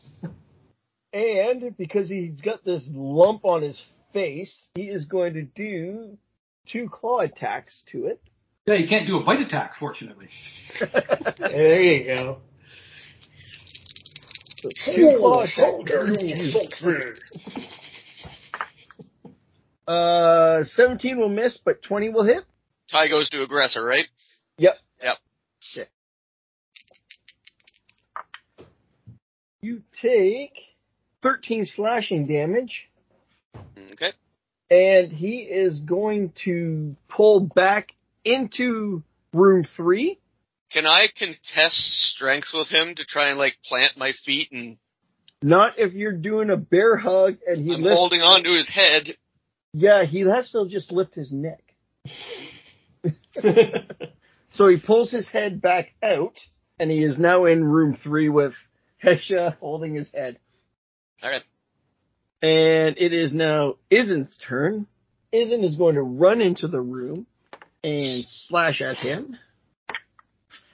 And because he's got this lump on his face, he is going to do two claw attacks to it. Yeah, you can't do a bite attack, fortunately. There you go. So two claw attacks. Uh, 17 will miss, but 20 will hit. Ty goes to aggressor, right? Yep. Yep. Shit. You take 13 slashing damage, Okay. and he is going to pull back into room three. Can I contest strength with him to try and like plant my feet and Not if you're doing a bear hug and he I'm lifts. holding on to his head? Yeah, he has to just lift his neck. So he pulls his head back out, and he is now in room three with Hesha holding his head. All right. And it is now Isen's turn. Isen is going to run into the room and slash at him.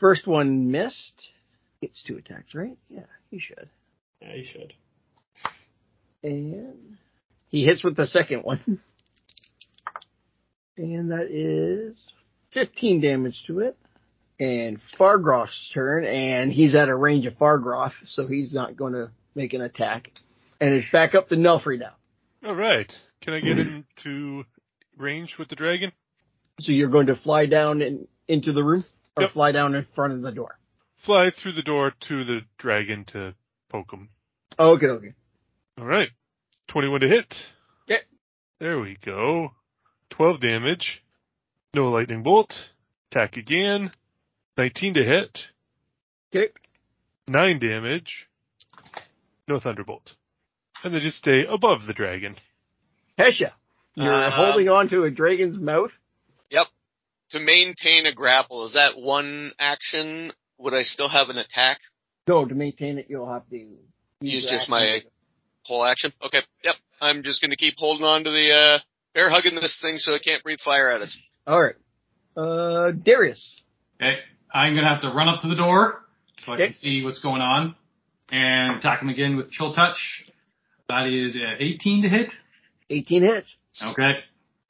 First one missed. Gets two attacks, right? Yeah, he should. Yeah, you should. And he hits with the second one. And that is 15 damage to it. And Fargroth's turn, and he's at a range of Fargroth, so he's not going to make an attack. And it's back up to Nelfrey now. All right. Can I get into range with the dragon? So you're going to fly down and into the room, or Yep. fly down in front of the door. Fly through the door to the dragon to poke him. Okay, okay. All right. 21 to hit. Yep. There we go. 12 damage. No lightning bolt. Attack again. 19 to hit. Okay. 9 damage. No thunderbolt. And they just stay above the dragon. Hesha, you're Um, holding on to a dragon's mouth. To maintain a grapple, is that one action? Would I still have an attack? No, to maintain it, you'll have to Use your just action. my- Whole action? Okay. Yep. I'm just gonna keep holding on to the uh bear hugging this thing so it can't breathe fire at us. All right. Uh, Darius. Okay. I'm going to have to run up to the door so I Okay. can see what's going on and attack him again with chill touch. That is uh, 18 to hit. 18 hits. Okay.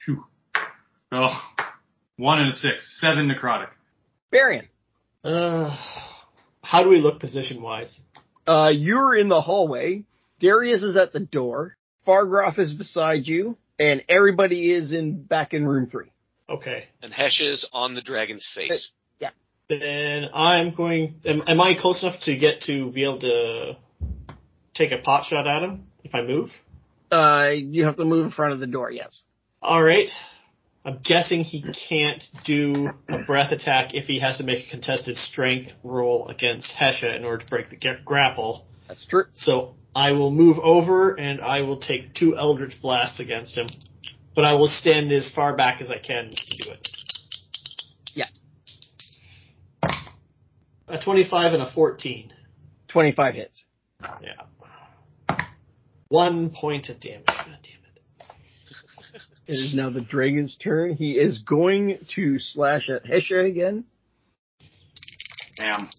Phew. So, one and a six. Seven necrotic. Barian. Uh, how do we look position wise? Uh, you're in the hallway. Darius is at the door. Fargroth is beside you. And everybody is in back in room three. Okay. And Hesh is on the dragon's face. Then I'm going. Am, am I close enough to get to be able to take a pot shot at him if I move? Uh, you have to move in front of the door, yes. All right. I'm guessing he can't do a breath attack if he has to make a contested strength roll against Hesha in order to break the gra- grapple. That's true. So I will move over and I will take two Eldritch Blasts against him. But I will stand as far back as I can to do it. Yeah. A 25 and a 14. 25 hits. Yeah. One point of damage. God damn it. It is now the dragon's turn. He is going to slash at Hesha again. Damn.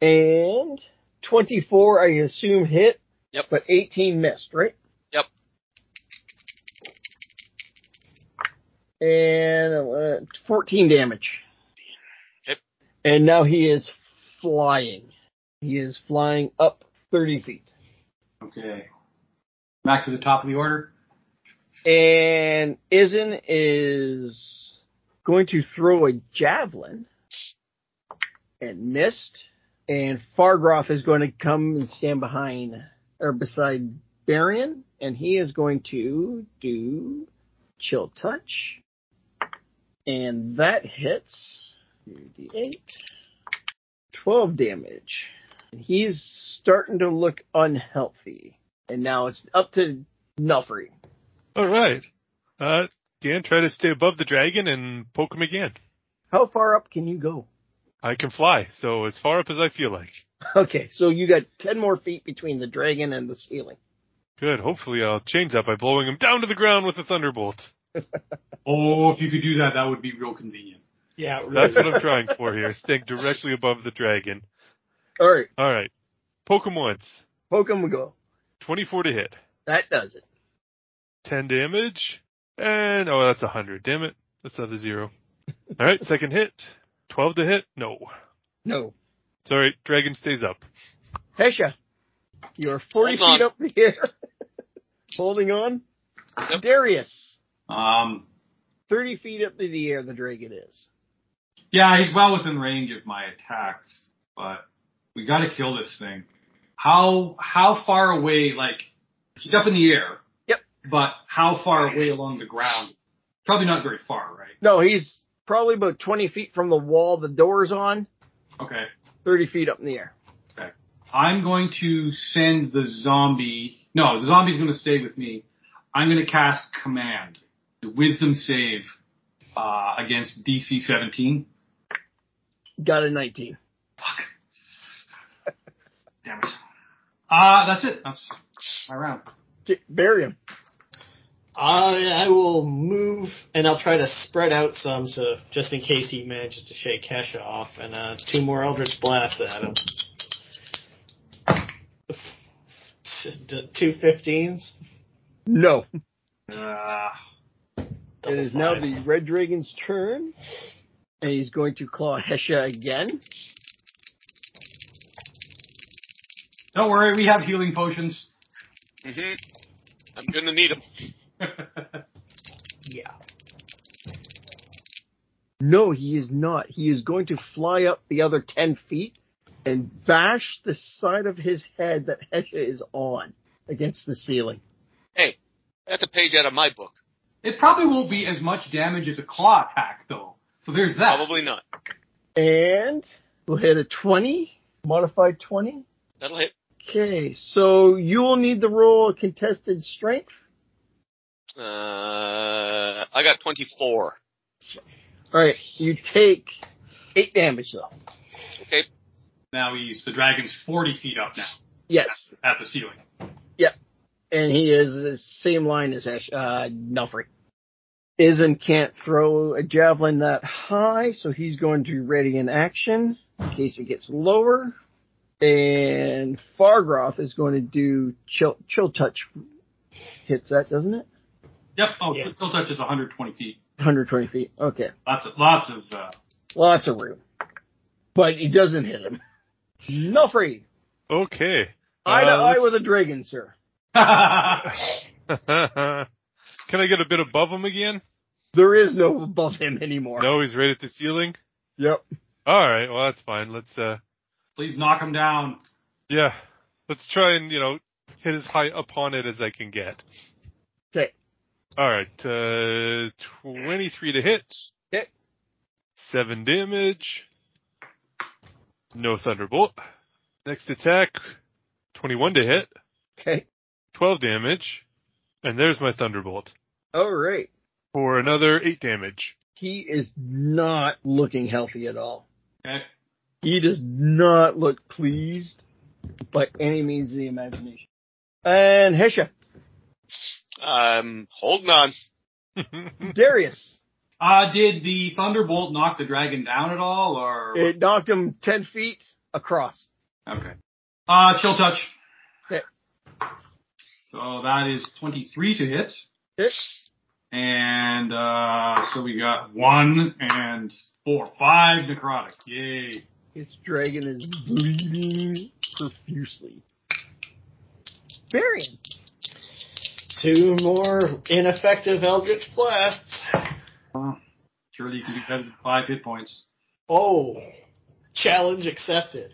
And 24, I assume, hit. Yep. But 18 missed, right? Yep. And uh, 14 damage. Yep. And now he is flying. He is flying up 30 feet. Okay. Back to the top of the order. And Izin is going to throw a javelin and missed. And Fargroth is going to come and stand behind or beside Barian, and he is going to do chill touch. And that hits 8 12 damage. And he's starting to look unhealthy. And now it's up to Nuffery. All right. Uh, Dan, try to stay above the dragon and poke him again. How far up can you go? I can fly, so as far up as I feel like. Okay, so you got 10 more feet between the dragon and the ceiling. Good. Hopefully, I'll change that by blowing him down to the ground with a thunderbolt. Oh, if you could do that, that would be real convenient. Yeah, really. That's what I'm trying for here. Staying directly above the dragon. All right, All right. Poke him once. Pokemon Go. 24 to hit. That does it. 10 damage. And, oh, that's 100. Damn it. That's another zero. All right. Second hit. 12 to hit. No. No. Sorry. Dragon stays up. Hesha, you're 40 Hold on. feet up in the air. Holding on. Yep. Darius, Um, 30 feet up in the air, the dragon is. yeah, he's well within range of my attacks, but we got to kill this thing. How how far away? Like he's up in the air. Yep. But how far away along the ground? Probably not very far, right? No, he's probably about 20 feet from the wall the door's on, Okay. 30 feet up in the air. I'm going to send the zombie. No, the zombie's going to stay with me. I'm going to cast command, the wisdom save uh, against DC 17. Got a 19. Fuck. Damn it. Uh, that's it. That's my round. Get, bury him. I, I will move, and I'll try to spread out some, so just in case he manages to shake Kesha off, and uh, two more Eldritch blasts at him. D- Two 15s. No. Uh, It is now the red dragon's turn, and he's going to claw Hesha again. don't worry, we have healing potions. hmm I'm gonna need him. Yeah. No, he is not. He is going to fly up the other 10 feet and bash the side of his head that Hesha is on against the ceiling. Hey, that's a page out of my book. it probably won't be as much damage as a claw attack, though. So there's that. Probably not. And we'll hit a 20, modified 20. That'll hit. Okay, so you will need to roll a contested strength. Uh, I got 24. All right, you take eight damage though. Okay. Now he's the dragon's 40 feet up now Yes, at the ceiling. and he is the same line as Ash, uh, Nufri. Izan can't throw a javelin that high, so he's going to ready in action in case it gets lower. And Fargroth is going to do chill, chill touch. Hits that, doesn't it? Yep. Oh, Yeah. still touches 120 feet. 120 feet. Okay. Lots of lots of. Uh, Lots of room. But he doesn't hit him. Nufri, Okay. eye to Uh, eye let's- with a dragon, sir. uh, Can I get a bit above him again? There is no above him anymore. No, he's right at the ceiling. Yep. All right. Well, that's fine. Let's, uh, Please knock him down. yeah. Let's try and, you know, hit as high upon it as I can get. Okay. All right. Uh, 23 to hit. Okay. Seven damage. No thunderbolt. Next attack. 21 to hit. Okay. 12 damage. And there's my thunderbolt All right. for another eight damage. he is not looking healthy at all. Okay. He does not look pleased by any means of the imagination. And Hesha, I'm holding Um, on. Darius, Uh, did the thunderbolt knock the dragon down at all, or it knocked him 10 feet across. Okay. Uh, chill touch. Okay. So that is 23 to hit. Hit. And, uh, so we got one and four, five necrotic. Yay. This dragon is bleeding profusely. Varian. Two more ineffective Eldritch Blasts. Surely you can do better than five hit points. Oh, challenge accepted.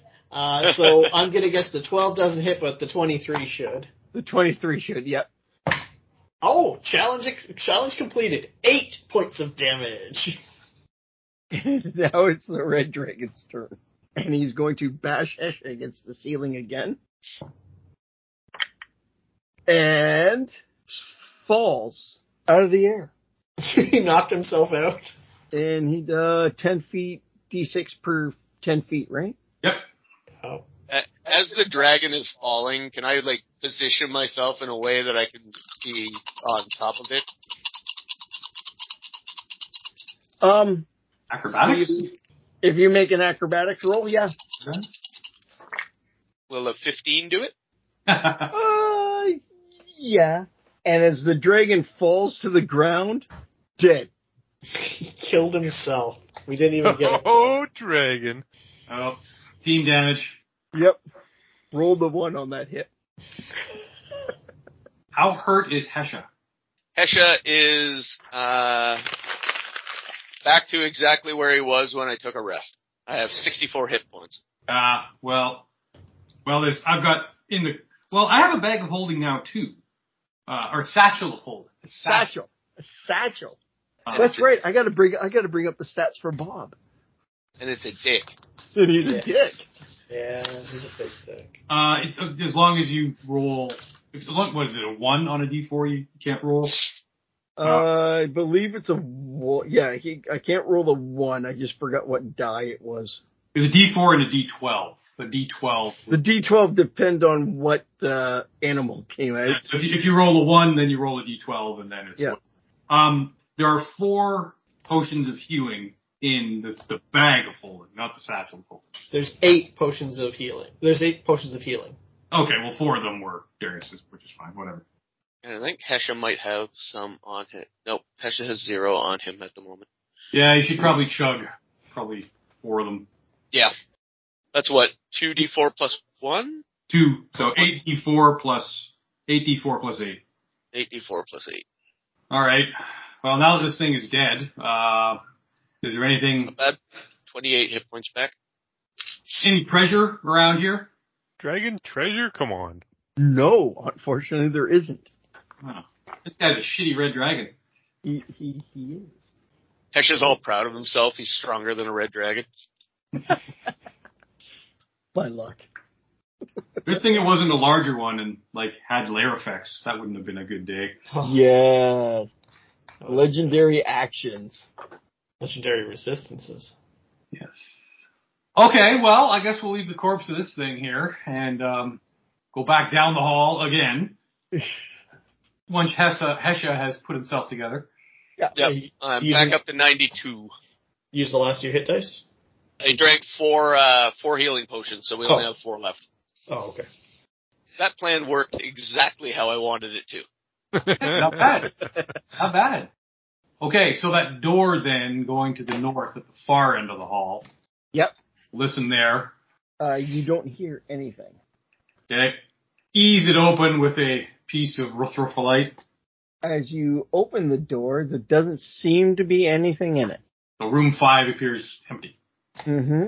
Uh, so I'm going to guess the 12 doesn't hit, but the 23 should. The 23 should, yep. Oh, challenge ex- challenge completed. Eight points of damage. now it's the red dragon's turn. And he's going to bash Esh against the ceiling again. And falls out of the air. he knocked himself out. And he, uh, 10 feet, d6 per 10 feet, right? Yep. Oh. A- As the dragon is falling, can I like position myself in a way that I can be on top of it? Um, Acrobatics? if you make an acrobatics roll, yeah. Will a 15 do it? Uh, yeah. And as the dragon falls to the ground, dead. He killed himself. We didn't even get it. Oh, dragon. oh, team damage. Yep. Roll the one on that hit. How hurt is Hesha? Hesha is uh, back to exactly where he was when I took a rest. I have 64 hit points. Ah, well, well, there's, I've got in the, well, I have a bag of holding now too. Uh, or satchel of holding. Satchel. A satchel. Uh, That's right. I gotta bring I gotta bring up the stats for Bob. And it's a dick. And he's Yeah. a dick. Yeah, he's a big dick. Uh, it, uh, as long as you roll, if, as long- what is it, a one on a d4 you can't roll? Uh, I believe it's a wa- yeah. He, I can't roll the one. I just forgot what die it was. There's a d4 and a d12. The d12. The D12 depend on what uh, animal came out. So if, you, if you roll a one, then you roll a d12, and then it's Yeah. one. Um, there are four potions of healing in the, the bag of holding, not the satchel of holding. There's eight potions of healing. There's eight potions of healing. Okay, well, four of them were Darius's, which is fine, whatever. And I think Hesha might have some on him. Nope, Hesha has zero on him at the moment. Yeah, you should probably chug probably four of them. Yeah. That's what? 2d4 plus 1? Two, so eight d4 plus, eight d4 plus eight. 8d4 plus 8. All right. Well, now that this thing is dead, uh, is there anything, Not bad. 28 hit points back. any pressure around here? Dragon treasure? Come on. No, unfortunately, there isn't. Oh, this guy's a shitty red dragon. He he he is. Hesha's all proud of himself. He's stronger than a red dragon. By luck. Good thing it wasn't a larger one and like had layer effects. That wouldn't have been a good day. Oh, Yeah. Oh. Legendary actions. Legendary resistances. Yes. Okay, well, I guess we'll leave the corpse of this thing here and um, go back down the hall again. Once Hesha, Hesha has put himself together. Yeah. Yep. You- I'm you back can- up to 92. Use the last two hit dice. I drank four, uh, four healing potions, so we only Oh. have four left. Oh, okay. That plan worked exactly how I wanted it to. Not bad. Not bad. Okay, so that door then going to the north at the far end of the hall. Yep. Listen there. Uh, you don't hear anything. Okay. Ease it open with a piece of rutherfolite. As you open the door, there doesn't seem to be anything in it. So room five appears empty. hmm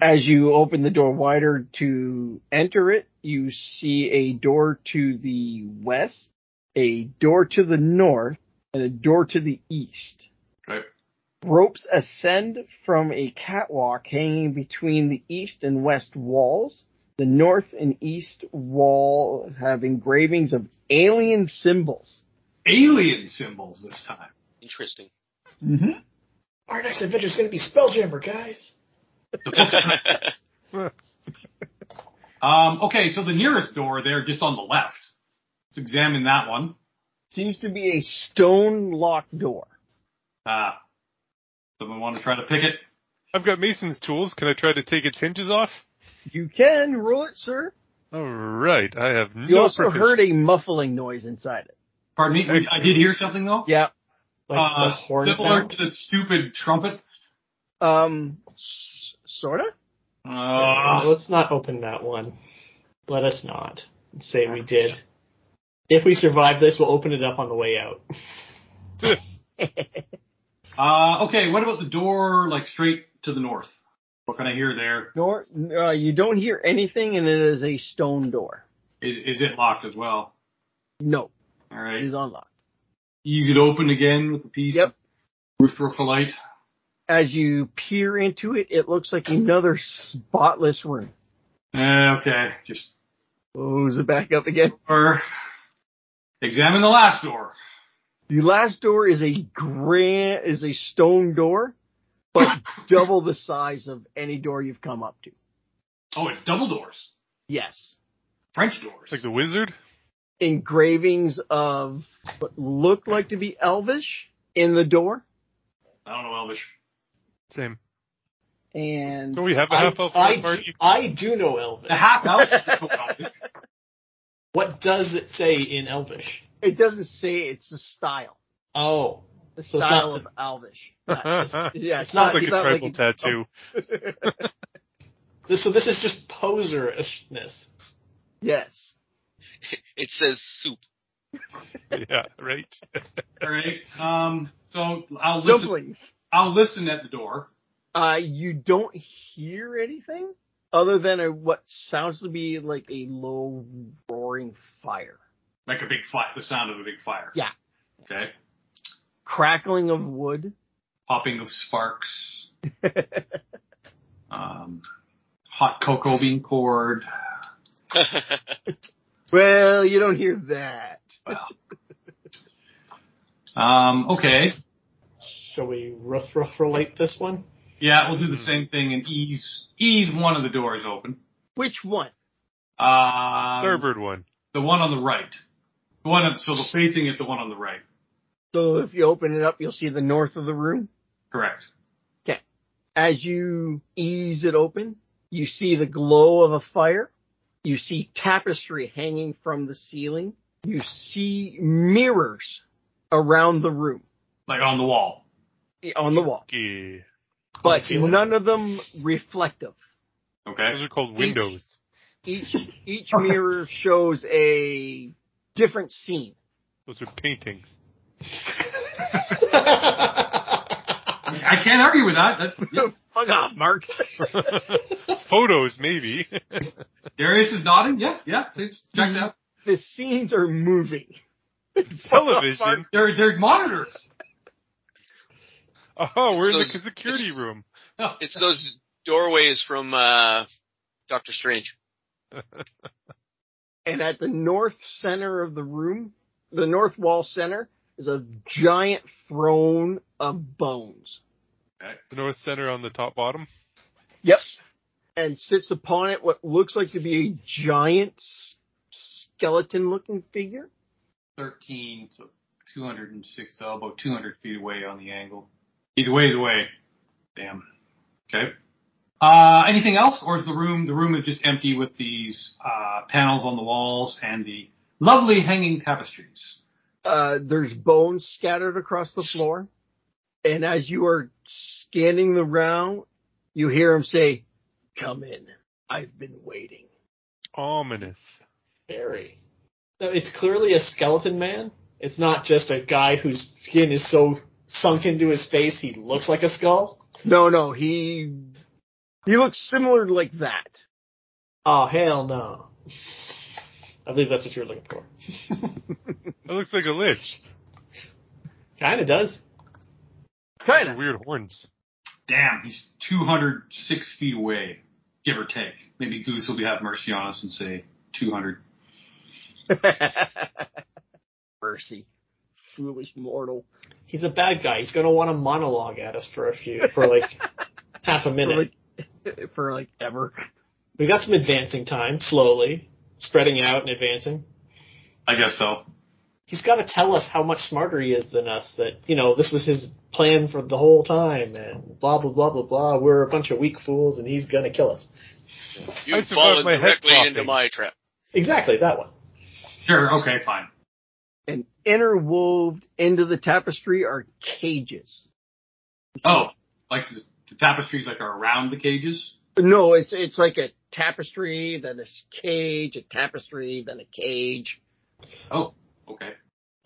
As you open the door wider to enter it, you see a door to the west, a door to the north, and a door to the east. Okay. Ropes ascend from a catwalk hanging between the east and west walls. The north and east wall have engravings of alien symbols. Alien symbols this time. Interesting. Mm-hmm. Our next adventure's going to be Spelljammer, guys. Um, okay, so the nearest door there, just on the left. Let's examine that one. Seems to be a stone locked door. Uh, someone want to try to pick it? I've got Mason's tools. Can I try to take its hinges off? You can roll it, sir. All right. I have no You also proficiency. heard a muffling noise inside it. Pardon me. we- I did hear something though. Yeah. Like uh, the horn similar sound. to the stupid trumpet. Um, s- sorta. Uh, Let's not open that one. Let us not say we did. If we survive this, we'll open it up on the way out. uh, okay. What about the door, like straight to the north? What can I hear there? Nor uh, you don't hear anything, and it is a stone door. Is is it locked as well? No, All it right. is unlocked. Easy to open again with the piece. Yep. Ruthrophilite. As you peer into it, it looks like another spotless room. Uh, okay. Just Oh, is it back up again? or examine the last door. The last door is a grand is a stone door, but double the size of any door you've come up to. Oh, it's double doors. Yes. French doors. It's like the wizard. Engravings of what look like to be elvish in the door. I don't know Elvish. Same. And Don't we have a I, half elf I do, party? I do know Elvish. The half elf. is no Elvish. What does it say in Elvish? it doesn't say it's the style. Oh, The So it's style not of the- Elvish. Sounds Yeah, it's not not like a it's not tribal like tattoo. this, so this is just poserishness. Oh, Yes. It says soup. yeah, right. All right. Um. So I'll listen. Dumplings. I'll listen at the door. Uh, you don't hear anything other than a, what sounds to be like a low roaring fire, Like a big fire, the sound of a big fire. Yeah. Okay. crackling of wood. Popping of sparks. um, hot cocoa bean cord. Well, you don't hear that. Well. Um, okay. Shall we rough rough relate this one? Yeah, we'll do the same thing and ease ease one of the doors open. Which one? Um, Uh, Starboard one. the one on the right. The one on- so the facing is the one on the right. So if you open it up, you'll see the north of the room. Correct. As you ease it open, you see the glow of a fire. You see tapestry hanging from the ceiling. You see mirrors around the room eh, Like on the wall. on the wall, Okay. but ceiling? none of them reflective. Those Okay. are called windows. each each mirror shows a different scene. Those are paintings. I can't argue with that. That's yeah. Fuck off, Mark. Photos, maybe. Darius is nodding. Yeah, yeah. It's checked out. The scenes are moving. Television. They're they're monitors. Oh, we're in the Those- security it's- room. No. it's those doorways from uh, Doctor Strange. And at the north center of the room, the north wall center, is a giant throne of bones. The north center on the top bottom. Yep. And sits upon it what looks like to be a giant s- skeleton-looking figure. 13, so 206, so about 200 feet away on the angle. He's a ways away. Damn. Okay. Uh, anything else, or is the room the room is just empty with these uh, panels on the walls and the lovely hanging tapestries? Uh, there's bones scattered across the floor. And as you are scanning the round, you hear him say, Come in. I've been waiting. Ominous. Very. No, it's clearly a skeleton man. It's not just a guy whose skin is so sunk into his face he looks like a skull. No, no, he, he looks similar like that. Oh hell no. I believe that's what you were looking for. That looks like a lich. Kinda does. Kinda. Weird horns. Damn, he's 206 feet away, give or take. Maybe Goose will be have mercy on us and say 200. Mercy. Foolish mortal. He's a bad guy. He's gonna want to monologue at us for a few for like half a For minute. like, for like ever. we got some advancing time, slowly. Spreading out and advancing. I guess so. He's gotta tell us how much smarter he is than us, that, you know, this was his plan for the whole time and blah blah blah blah blah. We're a bunch of weak fools and he's gonna kill us. I You've survived fallen my head directly popping. into my trap. Exactly that one. Sure. Okay. Fine. And interwoved into the tapestry are cages. Oh, like the, the tapestries like are around the cages. No, it's it's like a tapestry, then a s- cage, a tapestry, then a cage. Oh. Okay.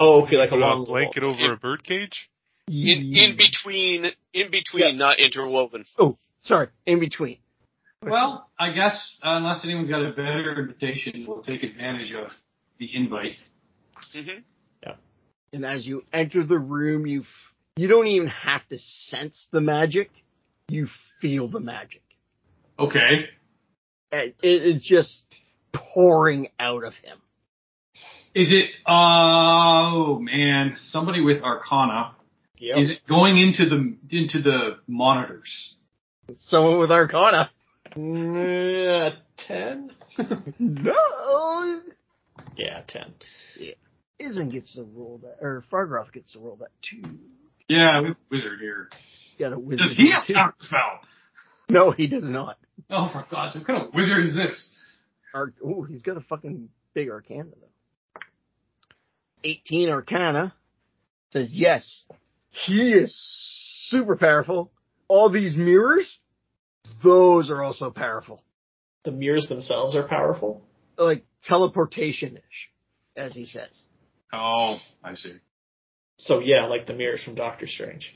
Oh, okay, like a Put long a blanket over a bird cage? In in between, in between, Yeah. not interwoven. Oh, Sorry, in between. Well, I guess uh, unless anyone's got a better invitation, we'll take advantage of the invite. hmm And as you enter the room, you f- you don't even have to sense the magic; you feel the magic. Okay. And It is just pouring out of him. Is it? Oh man, somebody with Arcana. Yep. Is it going into the into the monitors? Someone with Arcana. Mm, uh, ten? No, yeah, ten. Izen gets to roll that, or Fargroth gets to roll that too. Yeah, we have a wizard here. Got a wizard. Does he have too. counter spell? No, he does not. Oh, for God's sake, what kind of wizard is this? Ar- Ooh, he's got a fucking big arcana though. Eighteen arcana says yes. He is super powerful. All these mirrors, those are also powerful, The mirrors themselves are powerful. like teleportation ish, as he says. Oh, I see. So yeah, like the mirrors from Doctor Strange.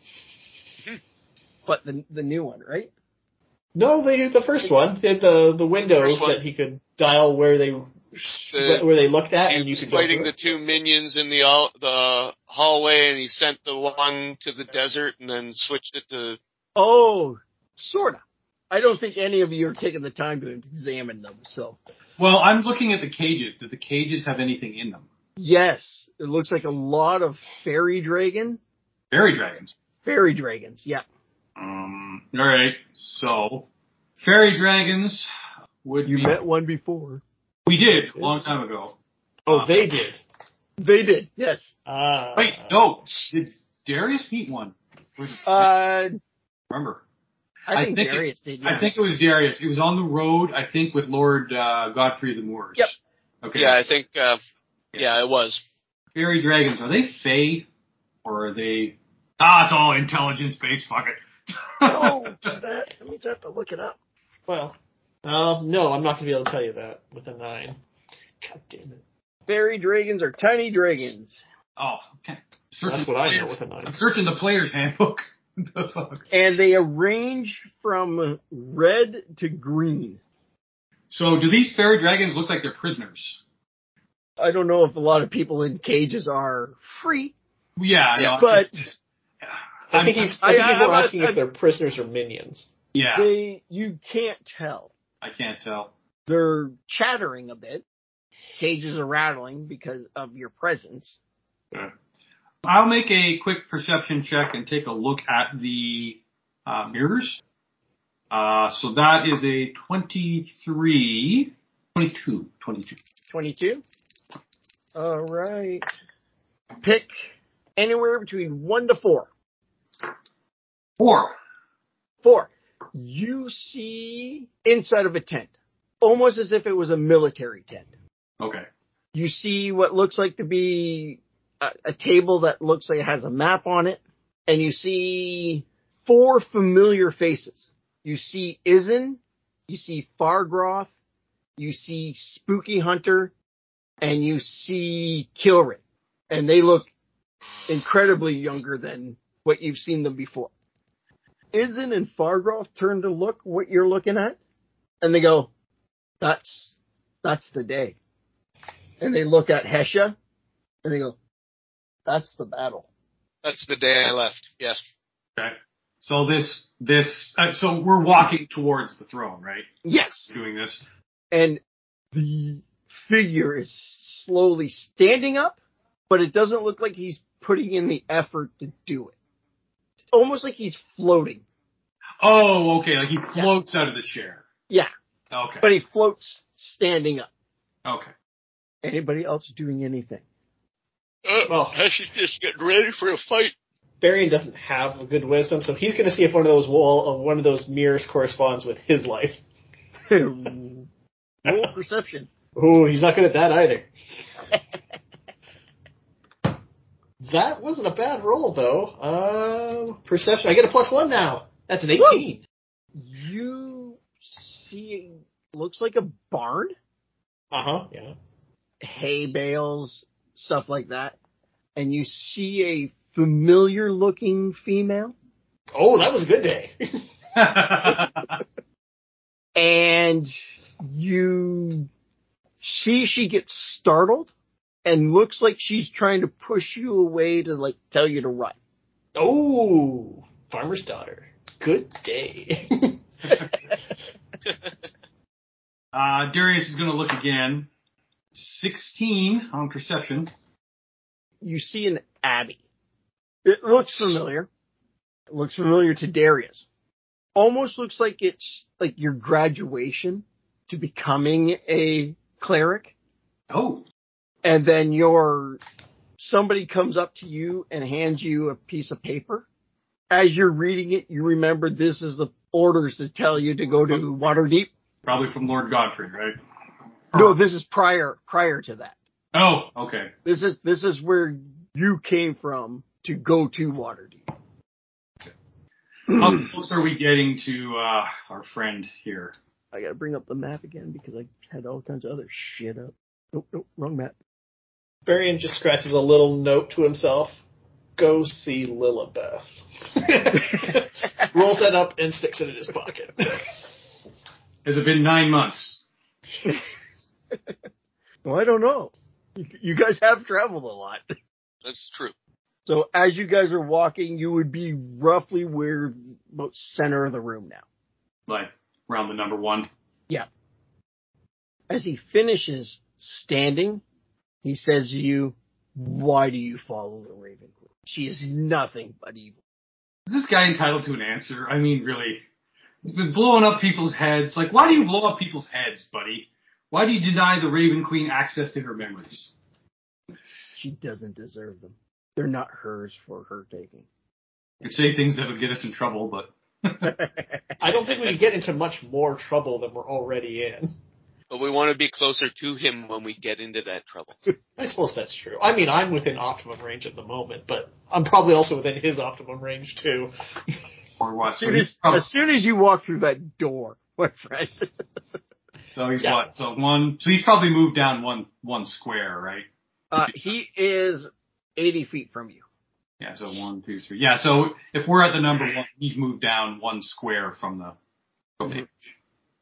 But the the new one, right? No, they did the first one. They had the the windows First one. that he could dial where they The- where they looked at, and you He could was go fighting through the it. two minions in the all, the hallway, and he sent the one to the desert, and then switched it to. Oh, sorta. I don't think any of you are taking the time to examine them. So Well, I'm looking at the cages. Do the cages have anything in them? yes, it looks like a lot of fairy dragon, Fairy dragons. fairy dragons. Yeah. Um. All right. So, fairy dragons would You be. met one before. we did a long time ago. Oh, they did. They did, yes. Ah, Wait, no. Did Darius meet one? Or- Uh, remember. I I think think it- Darius did. Yeah. I think it was Darius. It was on the road, I think, with Lord uh, Godfrey of the Moors. Yep. Okay. Yeah, I think. Uh, yeah, it was. Fairy dragons, are they fey? Or are they. Ah, it's all intelligence based, fuck it. oh, that that means I have to look it up. Well, uh, no, I'm not gonna be able to tell you that with a nine. God damn it! Fairy dragons are tiny dragons, Oh, okay. Searching That's the what I know players- with a nine. I'm searching the player's handbook. the fuck? and they arrange from red to green. So, do these fairy dragons look like they're prisoners? I don't know if a lot of people in cages are free. Yeah, I Yeah, know. but- I I'm- think he's. I think I- he's more I- I- asking I- if they're prisoners or minions. Yeah, They you can't tell. I can't tell. They're chattering a bit. Cages are rattling because of your presence. I'll make a quick perception check and take a look at the uh, mirrors. Uh, so that is a 23, 22, 22. 22. All right. Pick anywhere between 1 to 4. Four. Four, you see inside of a tent, almost as if it was a military tent. Okay. You see what looks like to be a, a table that looks like it has a map on it, and you see four familiar faces. You see Izen, you see Fargroth, you see Spooky Hunter, and you see Kilrin. And they look incredibly younger than what you've seen them before. Izen and Fargroth turn to look what you're looking at, and they go, "That's that's the day." And they look at Hesha, and they go, "That's the battle." That's the day I left. Yes. Okay. So this, this, uh, so we're walking towards the throne, right? Yes, Doing this. and the figure is slowly standing up, but it doesn't look like he's putting in the effort to do it. Almost like he's floating, Oh, okay. Like he floats out of the chair. Yeah. Okay. but he floats standing up. okay. Anybody else doing anything? Uh, Well- Hesha's just getting ready for a fight. Barian doesn't uh, have a good wisdom, so he's going to see if one of those wall of one of those mirrors corresponds with his life. Roll perception. Oh, he's not good at that either. that wasn't a bad roll though. Um, perception. I get a plus one now. That's an eighteen. You see, looks like a barn, Uh huh. Yeah. hay bales, stuff like that, and you see a familiar looking female, Oh, that was a good day. and you see she gets startled and looks like she's trying to push you away to like tell you to run. oh, farmer's daughter. Good day. uh, Darius is going to look again. 16 on perception. You see an abbey. It looks familiar. It looks familiar to Darius. Almost looks like it's like your graduation to becoming a cleric. Oh, and then your somebody comes up to you and hands you a piece of paper. As you're reading it, you remember this is the orders to tell you to go to Waterdeep. probably from Lord Godfrey, right? No, this is prior prior to that. Oh, okay. This is this is where you came from to go to Waterdeep. How close are we getting to uh, our friend here? I gotta bring up the map again because I had all kinds of other shit up. Nope, nope, wrong map. Varian just scratches a little note to himself. Go see Lilibeth. Rolls that up and sticks it in his pocket. Has it been nine months? Well, I don't know. You, you guys have traveled a lot. That's true. So as you guys are walking, you would be roughly where about center of the room now. Like, round the number one. As he finishes standing, he says to you, why do you follow the Raven Queen? She is nothing but evil. Is this guy entitled to an answer? I mean, really. He's been blowing up people's heads. Like, why do you blow up people's heads, buddy? Why do you deny the Raven Queen access to her memories? She doesn't deserve them. They're not hers for her taking. You could say things that would get us in trouble, but I don't think we can get into much more trouble than we're already in. But we want to be closer to him when we get into that trouble. I suppose that's true. I mean, I'm within optimum range at the moment, but I'm probably also within his optimum range too. or what? As So soon he's, as, prob- as soon as you walk through that door, my friend. so he's yeah. what? So one. So he's probably moved down one one square, right? Uh, he is 80 feet from you. Yeah. So one, two, three. Yeah. So if we're at the number one, he's moved down one square from the from the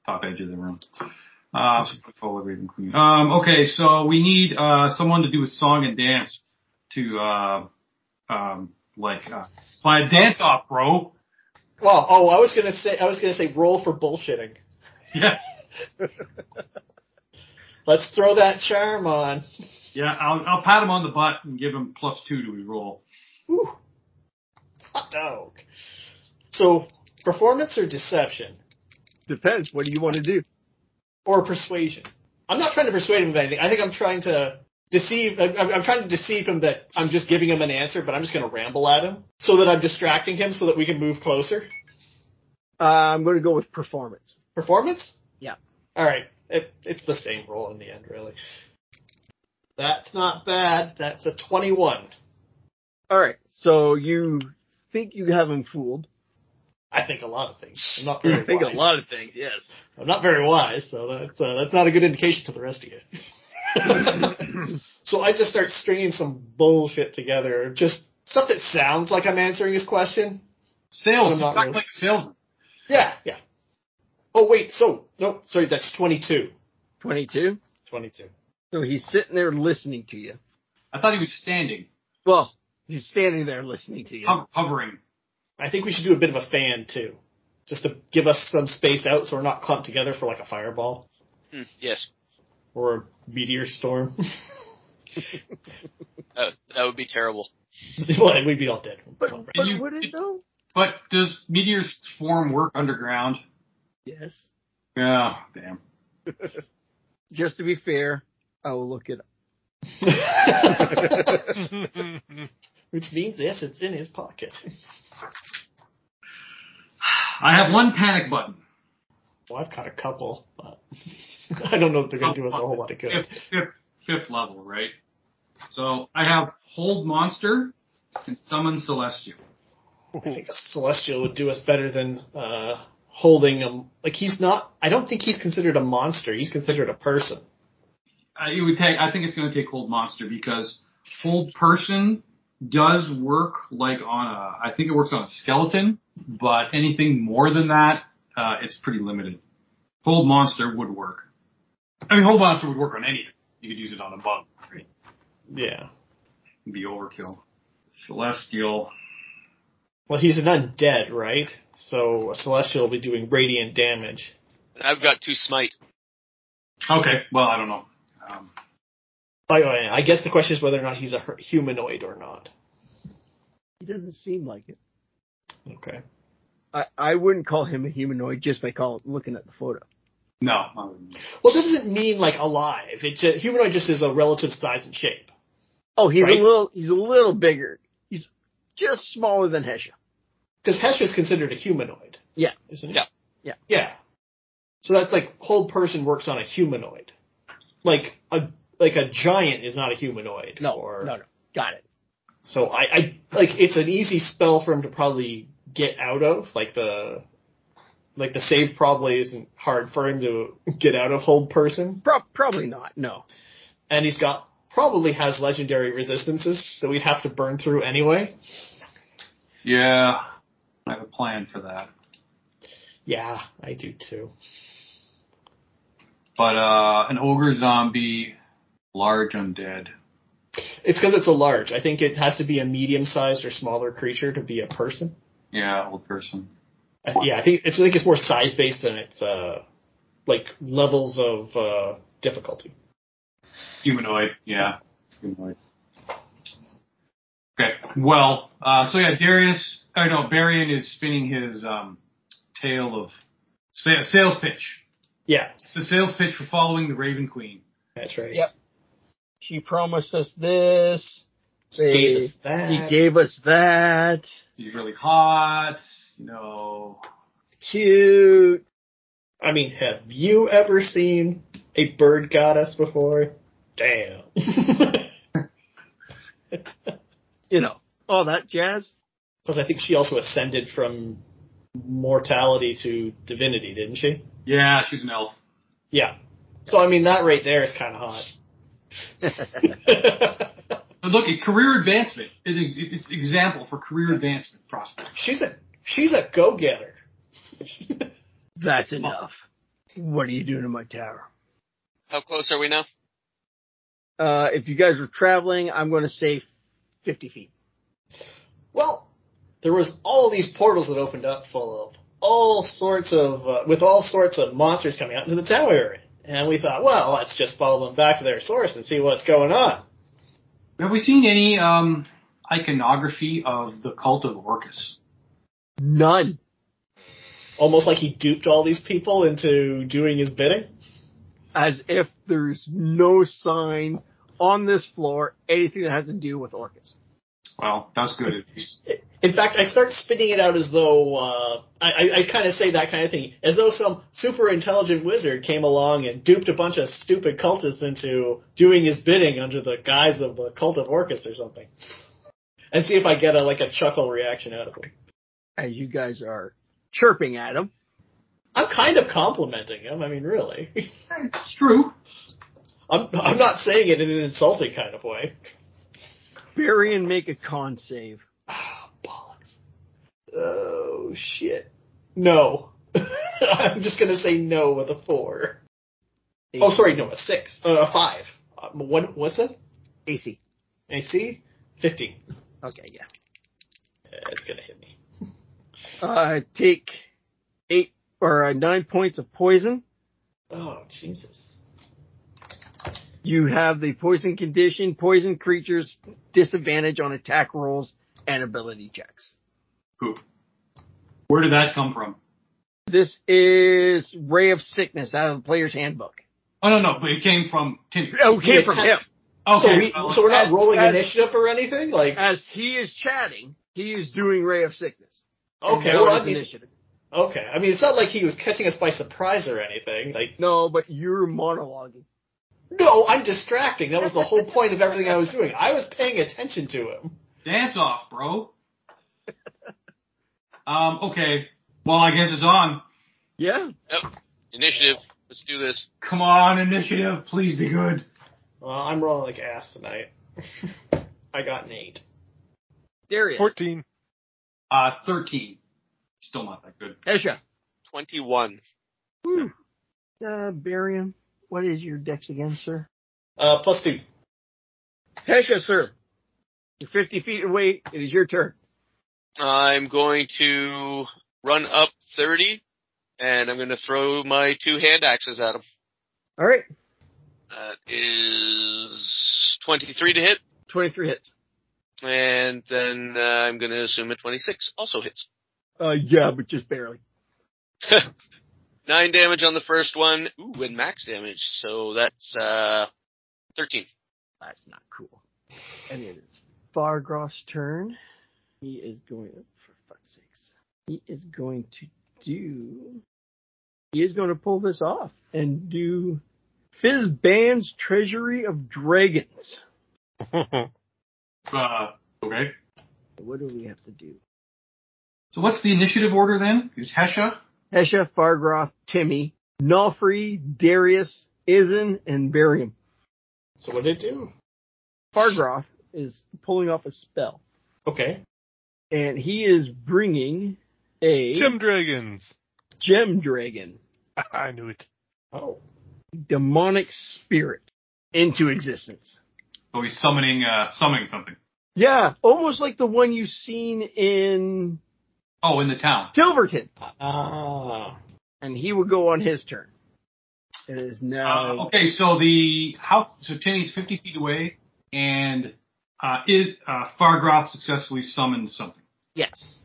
top edge of the room. Uh, so follow Raven Queen. Um, okay, so we need uh, someone to do a song and dance to uh, um, like uh, play a dance off, bro. Well, oh, I was gonna say, I was gonna say, roll for bullshitting. Yeah, Let's throw that charm on. yeah. I'll I'll pat him on the butt and give him plus two to his roll. Whew. Hot dog. So, performance or deception Depends. What do you want to do? or persuasion? I'm not trying to persuade him of anything. I think I'm trying to deceive. I'm, I'm trying to deceive him that I'm just giving him an answer, but I'm just gonna ramble at him so that I'm distracting him so that we can move closer. Uh, I'm going to go with performance. Performance? Yeah. All right. It, it's the same roll in the end, really. That's not bad. That's a 21. All right. So you think you have him fooled? I think a lot of things. I'm not very You think a wise. lot of things. Yes. I'm not very wise, so that's uh, that's not a good indication to the rest of you. so I just start stringing some bullshit together, just stuff that sounds like I'm answering his question. Sales, I'm not act really- like a salesman. Yeah, yeah. Oh wait, so no, sorry, that's 22. 22. 22. So he's sitting there listening to you. I thought he was standing, Well, he's standing there listening to you. hov- hovering. I think we should do a bit of a fan too, just to give us some space out, so we're not clumped together for like a fireball Hmm, yes, or a meteor storm. uh, that would be terrible. well, we'd be all dead. But, but you- would it though? But does meteors form work underground? Yes. Yeah, damn. Just to be fair, I will look it up. Which means yes, it's in his pocket. I have one panic button. Well, I've caught a couple. but I don't know that they're going to do us a whole lot of good. Fifth, fifth, fifth level, right? So I have Hold Monster and Summon Celestial. I think a Celestial would do us better than uh, holding him. Like he's not. I don't think he's considered a monster. He's considered a person. I, it would take. I think it's going to take Hold Monster because Hold Person does work like on a. I think it works on a skeleton, but anything more than that, uh, it's pretty limited. Hold Monster would work. I mean, Hold Monster would work on anything. You could use it on a bug. Right? Yeah. It'd be overkill. Celestial. Well, he's an undead, right? So a Celestial will be doing radiant damage. And I've got two smite. Okay. Well, I don't know. Um, By the way, uh, I guess the question is whether or not he's a hu- humanoid or not. He doesn't seem like it. Okay. I, I wouldn't call him a humanoid just by call looking at the photo. no. I wouldn't. Well, that doesn't mean like alive. It just, humanoid just is a relative size and shape. Oh, he's Right. a little he's a little bigger. He's just smaller than Hesha. Because Hesha is considered a humanoid. Yeah. Isn't it? Yeah. Yeah. Yeah. So that's like whole person works on a humanoid. Like a like a giant is not a humanoid. No, or, no, no. Got it. So I, I like it's an easy spell for him to probably get out of. Like the like the save probably isn't hard for him to get out of hold person. Pro- probably not. No. And he's got probably has legendary resistances that we'd have to burn through anyway. Yeah. I have a plan for that. Yeah, I do too. But uh, an ogre zombie, large undead. It's because it's a large. I think it has to be a medium sized or smaller creature to be a person. Yeah, old person. I- yeah, I think it's I think it's more size based than it's uh like levels of uh difficulty. Humanoid. Yeah. Humanoid. Okay. Well, uh, so yeah, Darius. I know Barian is spinning his um, tale of sa- sales pitch. Yeah, The sales pitch for following the Raven Queen. that's right. Yep. She promised us this. They, Gave us that. She gave us that. He's really hot. You know. Cute. I mean, have you ever seen a bird goddess before? Damn. You know, all that jazz. Because I think she also ascended from mortality to divinity, didn't she? Yeah, she's an elf. Yeah. So I mean, that right there is kind of hot. But look at career advancement. It's, it's, it's example for career advancement prospect. she's a she's a go getter. That's enough. What are you doing in my tower? How close are we now? Uh, if you guys were traveling, I'm going to say 50 feet. Well, there was all these portals that opened up full of all sorts of uh, with all sorts of monsters coming out into the tower area. And we thought, well, let's just follow them back to their source and see what's going on. Have we seen any um, iconography of the cult of Orcus? None. Almost like he duped all these people into doing his bidding. As if there's no sign on this floor, anything that has to do with Orcus. Well, that's good. at least. In fact, I start spinning it out as though uh, I, I, I kind of say that kind of thing, as though some super intelligent wizard came along and duped a bunch of stupid cultists into doing his bidding under the guise of the cult of Orcus or something, and see if I get a like a chuckle reaction out of him. As you guys are chirping at him. I'm kind of complimenting him. I mean, really, It's true. I'm I'm not saying it in an insulting kind of way. Bury and make a con save. Ah, bollocks. Oh shit. No. I'm just gonna say no with a four. Oh, sorry, no, a six, uh, a five. Uh, what? What's that? AC. AC fifteen. Okay, yeah. Yeah, it's gonna hit me. Uh, take eight or uh, nine points of poison. Oh Jesus! You have the poison condition, poison creatures, disadvantage on attack rolls and ability checks. Poop. Where did that come from? This is Ray of Sickness out of the player's handbook. Oh no, no, but it came from Tim. Oh, Yeah, came from ten. him. Okay, Oh, so we, well, so we're not as- rolling as- initiative or anything. Like, Uh, As he is chatting, he is doing Ray of Sickness. okay, Now well, it's I mean, initiative. Okay. I mean, it's not like he was catching us by surprise or anything. Like, No, but you're monologuing. no, I'm distracting. That was the whole point of everything I was doing. I was paying attention to him. Dance off, bro. Um, okay. Well, I guess it's on. Yeah. Initiative. Let's do this. Come on, initiative. Please be good. Well, I'm rolling like ass tonight. I got an eight. Darius. 14. Uh, 13. Still not that good. Esha. 21. Woo. Uh, Barium, what is your dex again, sir? Uh, plus two. Hesha, sir. You're 50 feet away. It is your turn. I'm going to run up 30 and I'm going to throw my two hand axes at him. All right. That is 23 to hit 23 hits. and then uh, I'm going to assume a 26 also hits. Uh, yeah, but just barely. Nine damage on the first one. Ooh, and max damage. So that's, uh, 13. That's not cool. And it is Fargroth's turn. He is going for fuck's sakes. He is going to do. He is going to pull this off and do Fizban's Treasury of Dragons. Uh, okay. What do we have to do? So what's the initiative order then? Is Hesha? Hesha, Fargroth, Timmy, Nalfrey, Darius, Izin, and Barium. So what did it do? Fargroth is pulling off a spell, Okay. and he is bringing a Gem Dragons. gem dragon, I knew it. Oh. demonic spirit, into existence. So he's summoning, uh, summoning something. Yeah, almost like the one you've seen in Oh, in the town. Tilverton. Ah. And he will go on his turn. It is now. Uh, okay, so the how so Timmy's fifty feet away, and uh, is uh, Fargroth successfully summoned something? Yes.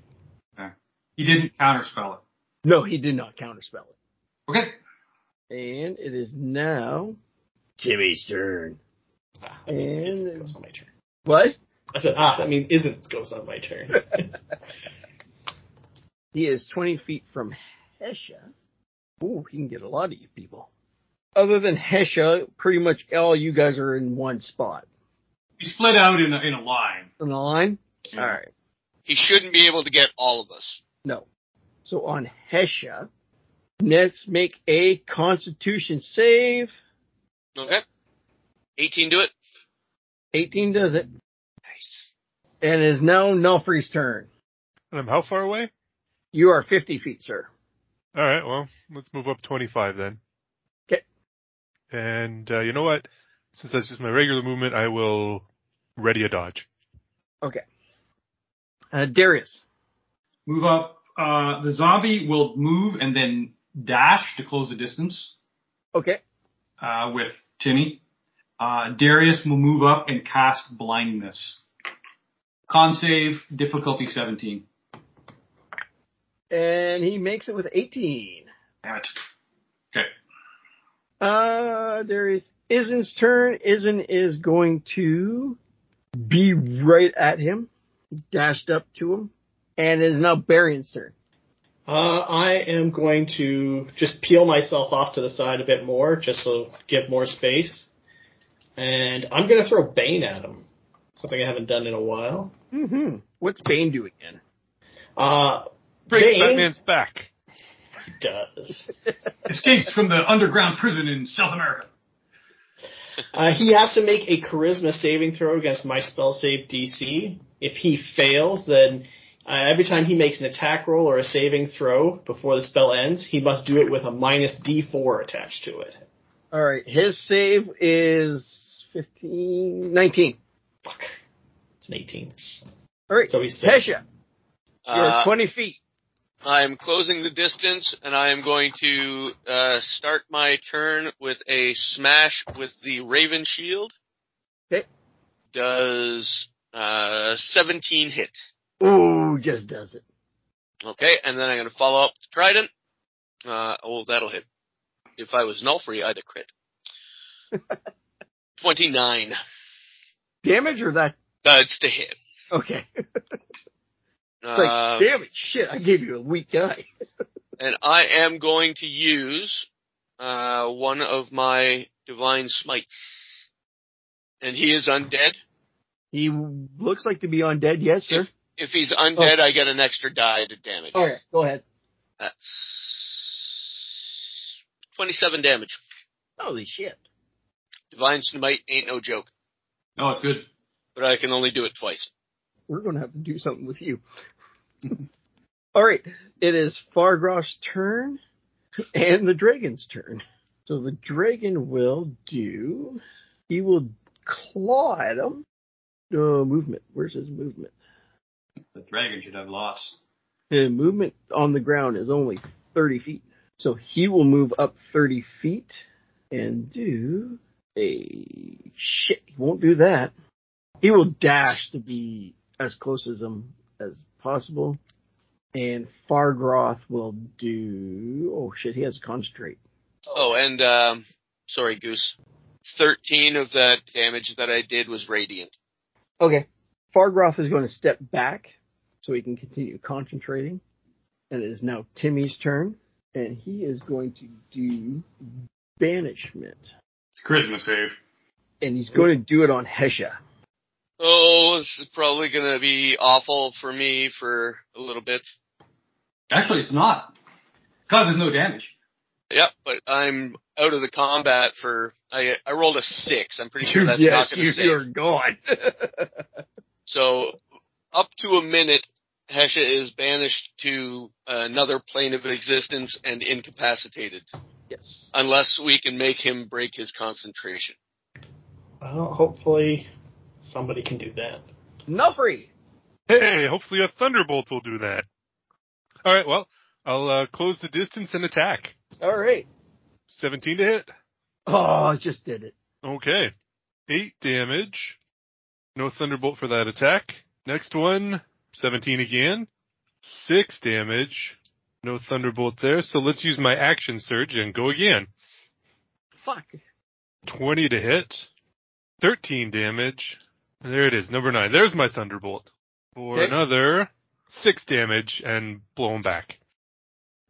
He didn't counterspell it. No, he did not counterspell Okay, it. And it is now Timmy's turn. Ah, that means And- isn't goes on my turn. What? I said, ah, that means isn't goes on my turn. He is 20 feet from Hesha. Ooh, he can get a lot of you people. Other than Hesha, pretty much all you guys are in one spot. he split out in a, in a line. In the line? Alright. He shouldn't be able to get all of us. No. So on Hesha, let's make a constitution save. Okay. 18 to it. 18 does it. Nice. And it is now Nulfree's turn. And I'm how far away? You are 50 feet, sir. All right, well, let's move up 25 then. 'Kay. And uh, you know what? Since that's just my regular movement, I will ready a dodge. Uh, Darius. Move up. Uh, the zombie will move and then dash to close the distance Okay. uh, with Timmy. Uh, Darius will move up and cast blindness. Con save difficulty seventeen. And he makes it with 18. Damn it. Okay. Uh, there is Isen's turn. Isen is going to be right at him. He dashed up to him. And it is now Barion's turn. Uh, I am going to just peel myself off to the side a bit more, just so give more space. And I'm going to throw Bane at him. Something I haven't done in a while. Mm-hmm. What's Bane doing then? Uh, Break Bane Batman's back. does. Escapes from the underground prison in South America. Uh, he has to make a charisma saving throw against my spell save DC. If he fails, then uh, every time he makes an attack roll or a saving throw before the spell ends, he must do it with a minus D4 attached to it. All right. His save is 15, 19. Fuck. It's an 18. All right. So he's safe. Hesha, you're Uh, 20 feet. I'm closing the distance, and I am going to uh, start my turn with a smash with the Raven Shield. Okay. Does uh, 17 hit? Ooh, just does it. Okay, and then I'm going to follow up with Trident. Uh, oh, that'll hit. If I was null free, I'd have crit. 29. Damage or that? That's to hit. Okay. It's like, Um, damn it, shit, I gave you a weak guy. and I am going to use uh, one of my divine smites, and he is undead. He looks like to be undead, yes, sir? Oh. If he's undead, I get an extra die to damage. All right, go ahead. That's twenty-seven damage. Holy shit. Divine smite ain't no joke, No, Oh, it's good. but I can only do it twice. We're going to have to do something with you. All right, it is Fargroth's turn and the dragon's turn. So the dragon will do. He will claw at him. Uh, movement. Where's his movement? The dragon should have lots. The movement on the ground is only 30 feet. So he will move up 30 feet and do a shit. He won't do that. He will dash to be as close as him as possible. And Fargroth will do. Oh shit, he has concentrate. Oh, and um, sorry, Goose. Thirteen of that damage that I did was radiant. Okay. Fargroth is going to step back so he can continue concentrating. And it is now Timmy's turn. And he is going to do banishment. It's a charisma save. And he's going to do it on Hesha. Oh, this is probably gonna be awful for me for a little bit. Actually, it's not. Causes no damage. Yep, but I'm out of the combat for I I rolled a six. I'm pretty sure that's not going to save. you're gone. So up to a minute, Hesha is banished to another plane of existence and incapacitated, yes. unless we can make him break his concentration. Well, hopefully somebody can do that. Nuffrey! Hey, hopefully a thunderbolt will do that. All right, well, I'll uh, close the distance and attack. All right. 17 to hit. Oh, I just did it. Okay. Eight damage. No Thunderbolt for that attack. Next one, 17 again. Six damage. No Thunderbolt there. So let's use my action surge and go again. Fuck. 20 to hit. 13 damage. There it is, number nine. There's my Thunderbolt. For Okay. another six damage and blow him back.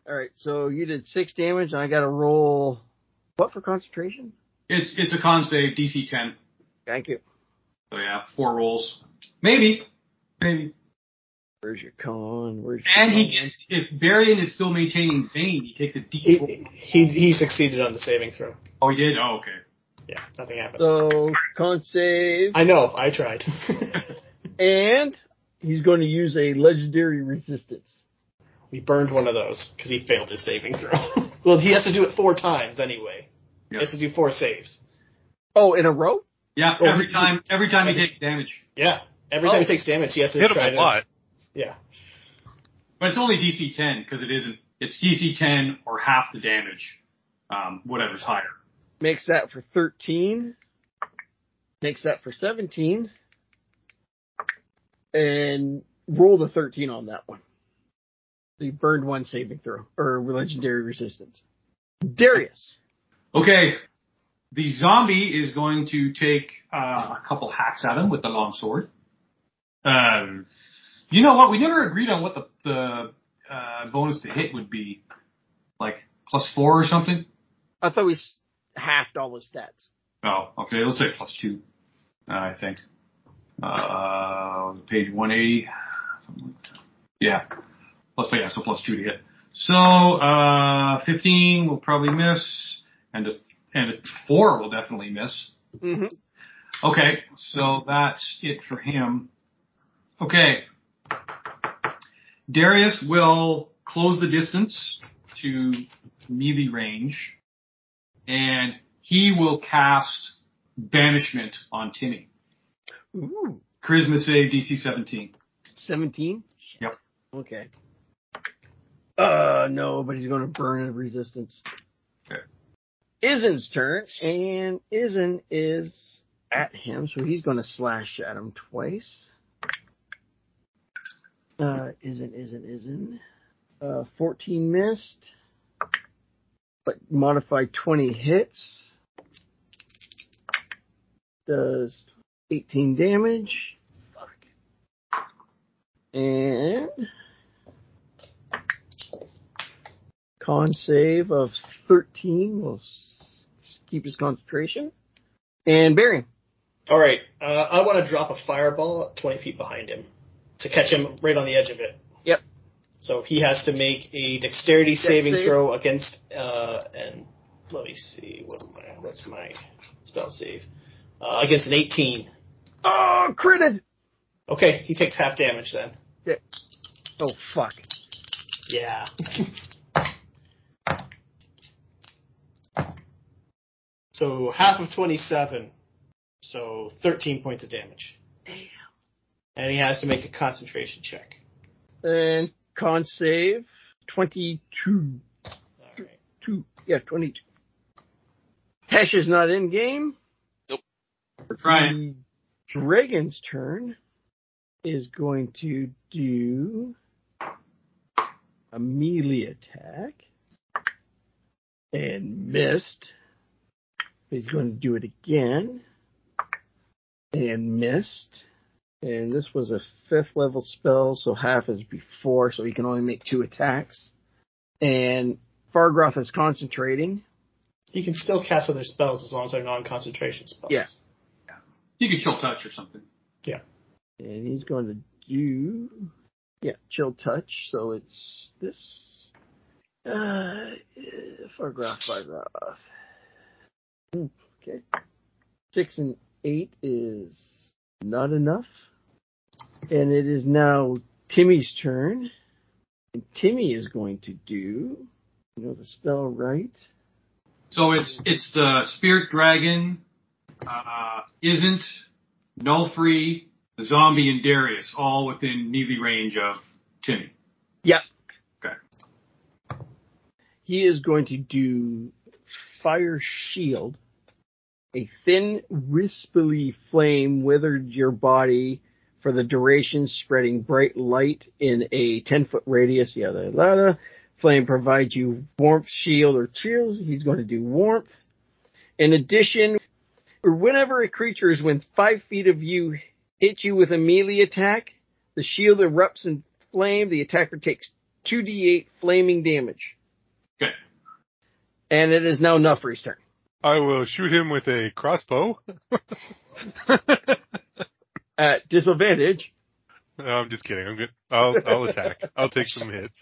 All right, so you did six damage, and I got to roll. What for concentration? It's it's a con save, DC 10. Thank you. So yeah, four rolls. Maybe. Maybe. Where's your con? Where's your And con? he gets, if Barian is still maintaining Zane, he takes a D4. He, he he succeeded on the saving throw. Oh, he did? Oh, okay. Yeah, nothing happened. So con save, I know. I tried. and he's going to use a legendary resistance. we burned one of those because he failed his saving throw. well, he has to do it four times anyway. He Yeah. has to do four saves. Oh, in a row? Yeah, Oh, every he- time every time he takes damage. Yeah. Every time he takes damage, he has to Hit him try a to. lot. Yeah. But it's only DC 10 because it isn't. It's DC 10 or half the damage, um, whatever's higher. Makes that for thirteen. Makes that for seventeen. And roll the thirteen on that one. So you burned one saving throw or legendary resistance. Darius. Okay. The zombie is going to take uh, a couple hacks at him with the long sword. Um, you know what? We never agreed on what the, the uh, bonus to hit would be, like plus four or something. I thought we s- halved all the stats. Oh, okay. Let's say plus two. Uh, I think. Uh, page one eighty. Something like that. Yeah. Plus yeah, so plus two to hit. So uh, fifteen will probably miss, and a, and a four will definitely miss. Mm-hmm. Okay, so that's it for him. Okay. Darius will close the distance to melee range, and he will cast Banishment on Timmy. Ooh, Charisma save DC 17. seventeen. Yep. Okay. Uh, no, but he's going to burn a resistance. Okay. Izen's turn, and Izen is at him, so he's going to slash at him twice. Uh, Izen, Izen, Izen. Uh, 14 missed, but modified 20 hits. Does 18 damage. Fuck. And con save of 13 will s- keep his concentration. And Barry. All right, uh, I want to drop a fireball at 20 feet behind him to catch him right on the edge of it. Yep. So he has to make a dexterity saving save. throw against, uh, and let me see, what am I, what's my spell save? Uh, against an 18. Oh, critted! Okay, he takes half damage then. Oh, fuck. Yeah. so half of 27. So 13 points of damage. Damn. And he has to make a concentration check. And con save 22. All right. Two. Yeah, 22. Tesh is not in game. We're trying. The dragon's turn is going to do a melee attack and missed. He's going to do it again and missed. And this was a fifth level spell, so half is before, so he can only make two attacks. And Fargroth is concentrating. He can still cast other spells as long as they're non-concentration spells. Yeah. You could chill touch or something. And he's going to do, yeah, chill touch. So it's this. Uh, uh, Fargroth, Fargroth. Ooh, Okay. Six and eight is not enough. And it is now Timmy's turn. And Timmy is going to do, you know the spell right? So it's it's the spirit dragon, uh, isn't null free, the zombie and Darius all within melee range of Timmy. Yep. Okay. He is going to do fire shield. A thin, wispily flame withered your body for the duration, spreading bright light in a 10 foot radius. Yada yada, yada. Flame provides you warmth, shield, or chills. He's going to do warmth. In addition, whenever a creature is within five feet of you hits you with a melee attack, the shield erupts in flame. The attacker takes 2d8 flaming damage. Okay. And it is now Nuffrey's turn. I will shoot him with a crossbow. At disadvantage, No, I'm just kidding. I'm good. I'll I'll attack. I'll take some hits.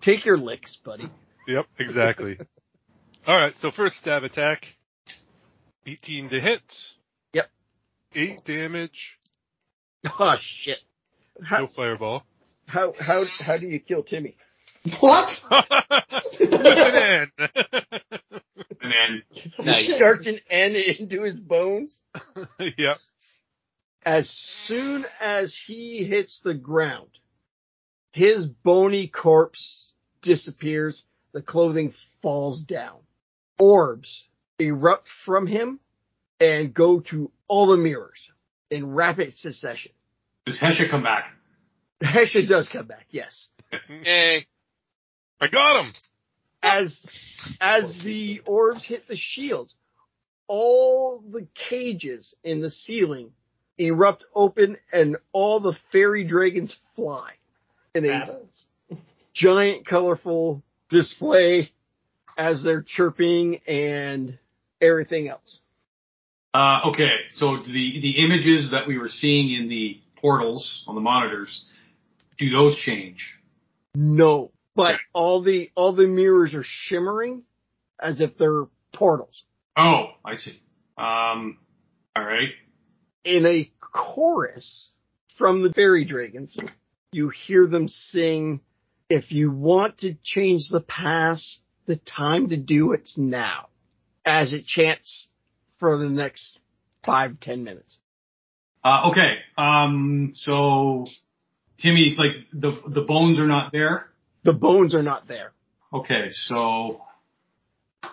take your licks, buddy. yep, exactly. All right, so first stab attack. 18 to hit. Yep. 8 damage. Oh shit! No How fireball. how how, how do you kill Timmy? What? With an N. And then Nice. Starts an N into his bones. yep. As soon as he hits the ground, his bony corpse disappears. The clothing falls down. Orbs erupt from him and go to all the mirrors in rapid succession. does Hesha come back? Hesha does come back, yes. Yay. I got him. as as the orbs hit the shield, all the cages in the ceiling erupt open, and all the fairy dragons fly in a Adams. giant, colorful display as they're chirping and everything else. Uh, okay, so the the images that we were seeing in the portals on the monitors, do those change? No, but Okay. all the all the mirrors are shimmering as if they're portals Oh, I see. Um, all right. in a chorus from the fairy dragons. You hear them sing, if you want to change the past, the time to do it's now, as it chants for the next five, ten minutes. Uh, okay. Um, so Timmy's like the the bones are not there. The bones are not there. Okay, so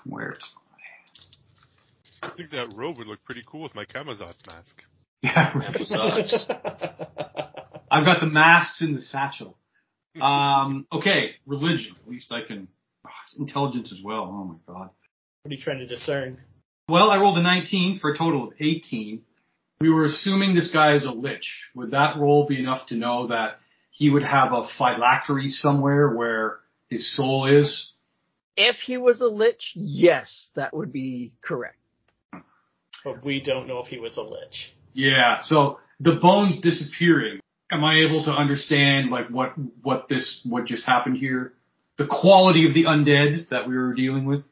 where? I think that robe would look pretty cool with my Kamazatz mask. Yeah, right. I've got the masks in the satchel. Um, okay, religion. At least I can. ah, it's intelligence as well. Oh my god. What are you trying to discern? Well, I rolled a 19 for a total of 18. we were assuming this guy is a lich. Would that role be enough to know that he would have a phylactery somewhere where his soul is? If he was a lich, yes, that would be correct. But we don't know if he was a lich. Yeah. So the bones disappearing. Am I able to understand like what what this what just happened here? The quality of the undead that we were dealing with.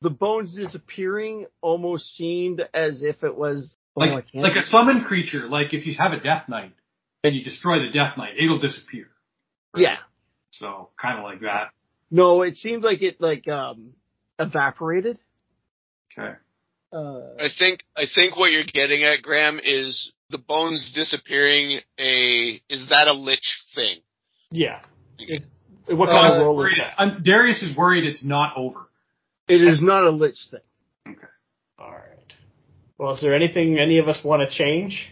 The bones disappearing almost seemed as if it was Like oh, I can't- like a summon creature. Like if you have a death knight and you destroy the death knight, it'll disappear. yeah. So kind of like that. No, it seemed like it like um evaporated. Okay. Uh, I think I think what you're getting at, Graham, is the bones disappearing. A is that a lich thing? Yeah. It- What kind Uh, of role is Worried- that? I'm, Darius is worried it's not over. it is not a lich thing. All right. Well, is there anything any of us want to change?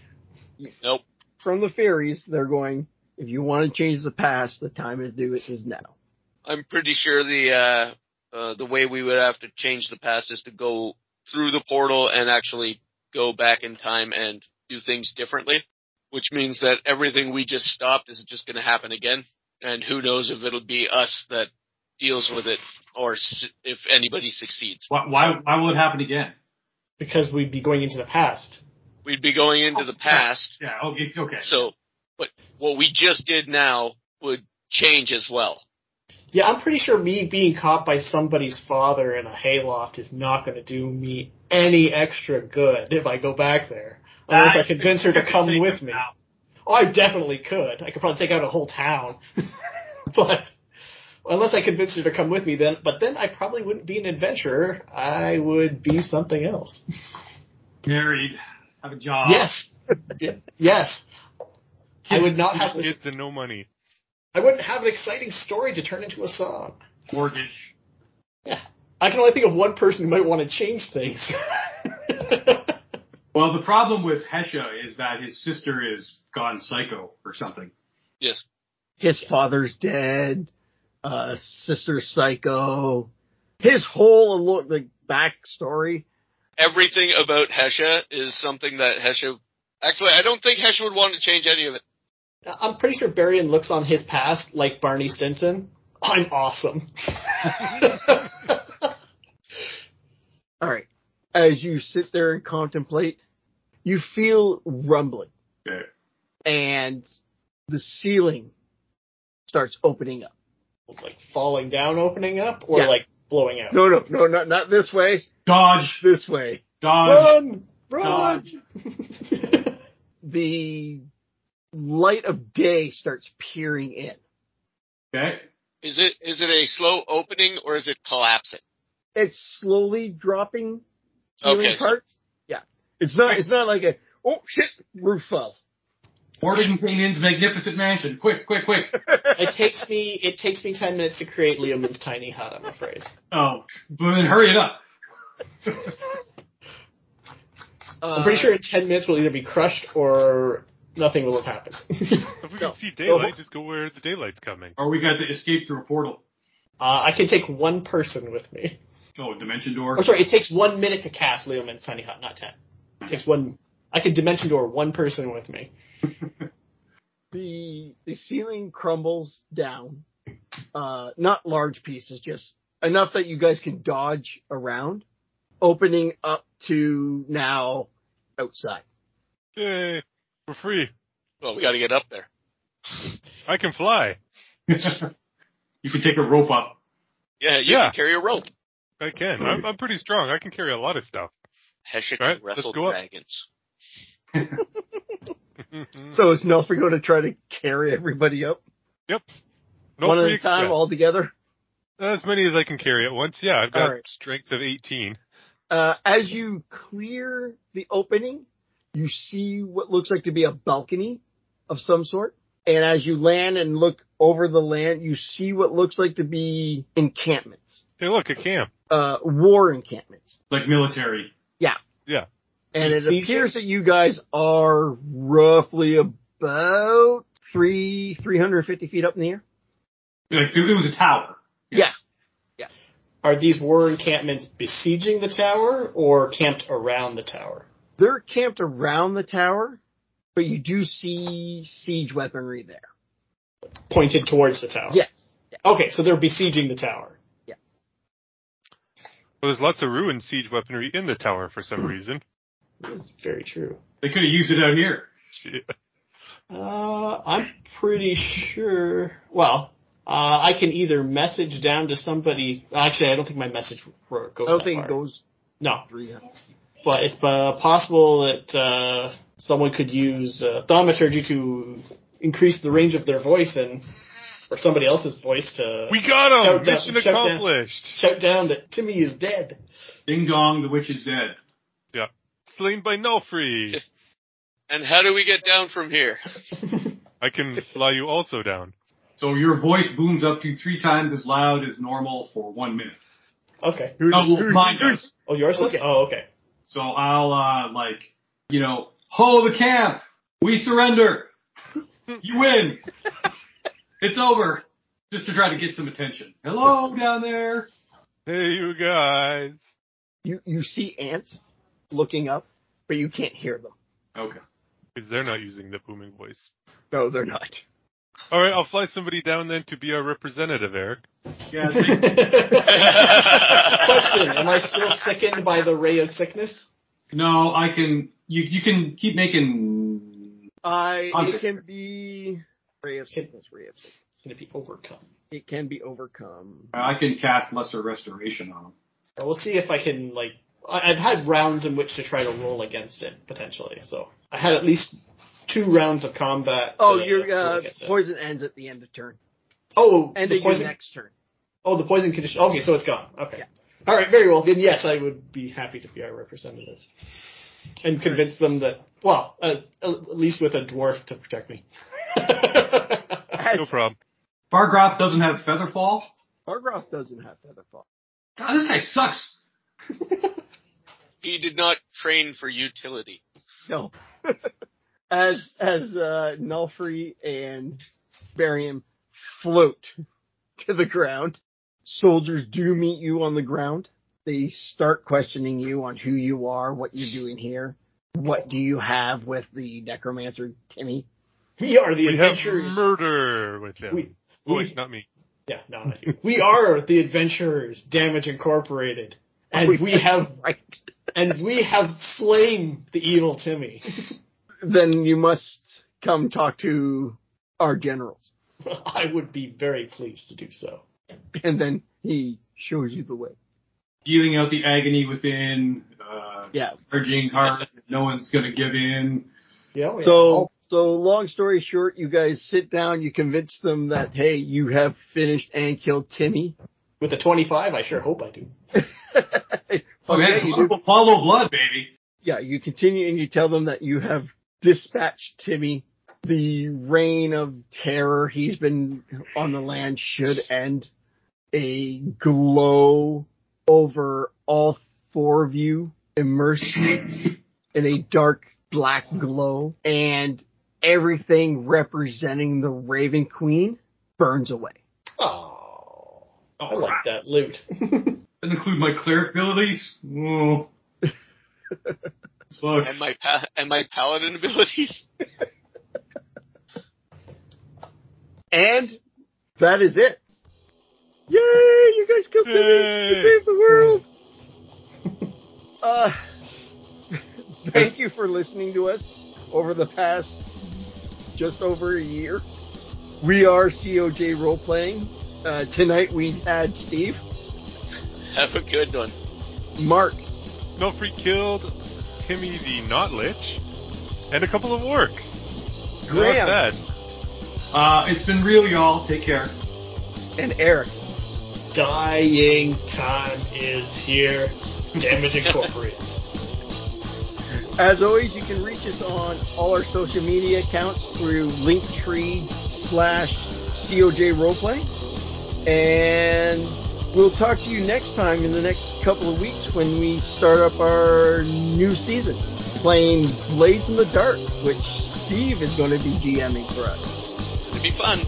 Nope. From the fairies, they're going. If you want to change the past, the time to do it is now. I'm pretty sure the uh, uh, the way we would have to change the past is to go through the portal and actually go back in time and do things differently, which means that everything we just stopped is just going to happen again, and who knows if it'll be us that deals with it or s- if anybody succeeds. Why, why, why will it happen again? Because we'd be going into the past. We'd be going into the past, Yeah. Okay. Oh, okay. so but what we just did now would change as well. Yeah, I'm pretty sure me being caught by somebody's father in a hayloft is not going to do me any extra good if I go back there. Unless I convince her to come with me. Oh, I definitely could. I could probably take out a whole town. but unless I convince her to come with me, then but then I probably wouldn't be an adventurer. I would be something else. Married. Have a job. Yes, Y- yes. I would not have this. Kids and no money. I wouldn't have an exciting story to turn into a song. Mortgage. I can only think of one person who might want to change things. Well, the problem with Hesha is that his sister is gone psycho or something. Yes. His father's dead. Uh, sister psycho. His whole look, the backstory. everything about Hesha is something that Hesha. Actually, I don't think Hesha would want to change any of it. I'm pretty sure Barian looks on his past like Barney Stinson. I'm awesome. All right. As you sit there and contemplate, you feel rumbling Okay. and the ceiling starts opening up. like falling down, opening up, or Yeah. like blowing out. No, no, no, not, not this way. Dodge. This way. Uh, Dodge. Run! Run! the light of day starts peering in. Okay. Is it is it a slow opening or is it collapsing? It's slowly dropping ceiling Okay, so- parts. yeah. It's not it's not like a oh shit roof fell. Morgan Canaan's magnificent mansion. Quick, quick, quick. it takes me it takes me ten minutes to create Liam's tiny hut, I'm afraid. Oh, well, then hurry it up. I'm pretty sure in ten minutes we'll either be crushed or nothing will have happened. If we No. Oh. can see daylight, just go where the daylight's coming. Or we got to escape through a portal. uh, I can take one person with me. Oh, dimension door. Oh, sorry, it takes one minute to cast Liam's tiny hut, not ten. It takes one I can dimension door one person with me. the the ceiling crumbles down. Uh not large pieces, just enough that you guys can dodge around, opening up to now outside. Yay. For free. Well, we got to get up there. I can fly. you can take a rope up. Yeah, you Yeah. can carry a rope. I can. I'm, I'm pretty strong. I can carry a lot of stuff. Hesha All right, can wrestle let's go up. dragons. Hmm. So is Nelfry going to try to carry everybody up no one at free a time express. all together? As many as I can carry at once. Yeah, I've got All right. strength of 18. Uh, as you clear the opening, you see what looks like to be a balcony of some sort. And as you land and look over the land, you see what looks like to be encampments, Hey, look, a camp. uh, war encampments. Like military. And You it see, appears that you guys are roughly about three, 350 feet up in the air. Like, it was a tower. Are these war encampments besieging the tower or camped around the tower? They're camped around the tower, but you do see siege weaponry there. pointed towards the tower. Yes. Yeah. Okay, so they're besieging the tower. Well, there's lots of ruined siege weaponry in the tower for some reason. That's very true. They could have used it out here. Uh, I'm pretty sure. Well, uh, I can either message down to somebody. Actually, I don't think my message ro- goes. I don't that think far. it goes No, three hundred. but it's uh, possible that uh, someone could use uh, thaumaturgy to increase the range of their voice and or somebody else's voice to We got him! Shout down, Mission shout down. accomplished! shout down that Timmy is dead. Ding dong, the witch is dead. Slain by Nelfree! And how do we get down from here? I can fly you also down. So your voice booms up to three times as loud as normal for one minute. okay. Double mine does. Oh, yours was. Okay. Oh, okay. So I'll uh, like, you know, ho the camp. We surrender. You win. it's over. Just to try to get some attention. Hello down there. Hey, you guys! You you see ants looking up, but you can't hear them. Okay. Because they're not using the booming voice. No, they're not. Alright, I'll fly somebody down then to be our representative, Eric. Yeah. thank- Question: Am I still sickened by the ray of sickness? no, I can. You you can keep making. I Object. it can be ray of sickness, ray of sickness. It's going to be overcome. It can be overcome. I can cast lesser restoration on him. And we'll see if I can like. I- I've had rounds in which to try to roll against it potentially. So I had at least two rounds of combat. to Oh, your roll uh, against it. poison ends at the end of turn. Oh, End the of your poison. next turn. Oh, the poison condition. Okay, so it's gone. Okay. Yeah. All right. Very well. Then yes, I would be happy to be our representative and convince them that. Well, uh, at least with a dwarf to protect me. No problem. Fargroth doesn't have Featherfall. Bargroth doesn't have Featherfall. God, this guy sucks. He did not train for utility. No. as as uh, Nulfree and Barium float to the ground, soldiers do meet you on the ground. They start questioning you on who you are, what you're doing here, what do you have with the necromancer Timmy. we are the We have adventurers. murder with him. We- oh, we- wait, not me. Yeah, no, not you. we are the adventurers, Damage Incorporated, and we have right. and we have slain the evil Timmy. Then you must come talk to our generals, I would be very pleased to do so. and then he shows you the way. Dealing out the agony within. Uh, Yeah. Urging hard. No one's gonna give in. Yeah. we- So, so long story short, you guys sit down, you convince them that, hey, you have finished and killed Timmy. with a twenty-five, I sure hope I do. Oh, Oh, yeah, man, you do. follow blood, baby. Yeah, you continue and you tell them that you have dispatched Timmy. The reign of terror he's been on the land should end. A glow over all four of you, immersed in a dark black glow, and everything representing the Raven Queen burns away. Oh, Oh, I like crap. that loot. Doesn't include my cleric abilities. Oh. Sucks. And my pa- and my paladin abilities. And that is it. Yay! You guys killed Timmy! You Yay. saved the world! uh, thank you for listening to us over the past just over a year. We are COJ role playing. Uh, tonight we had Steve, Have a good one. Mark, Nelfree killed Timmy the Not Lich and a couple of orcs. How about Graham. that? Uh, it's been real, y'all. Take care. and Eric. Dying time is here. Damage Incorporated. As always, you can reach us on all our social media accounts through Linktree slash COJ Roleplay. And we'll talk to you next time in the next couple of weeks when we start up our new season playing Blades in the Dark, which Steve is going to be GMing for us. It'd be fun.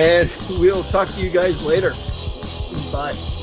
And we'll talk to you guys later. Bye.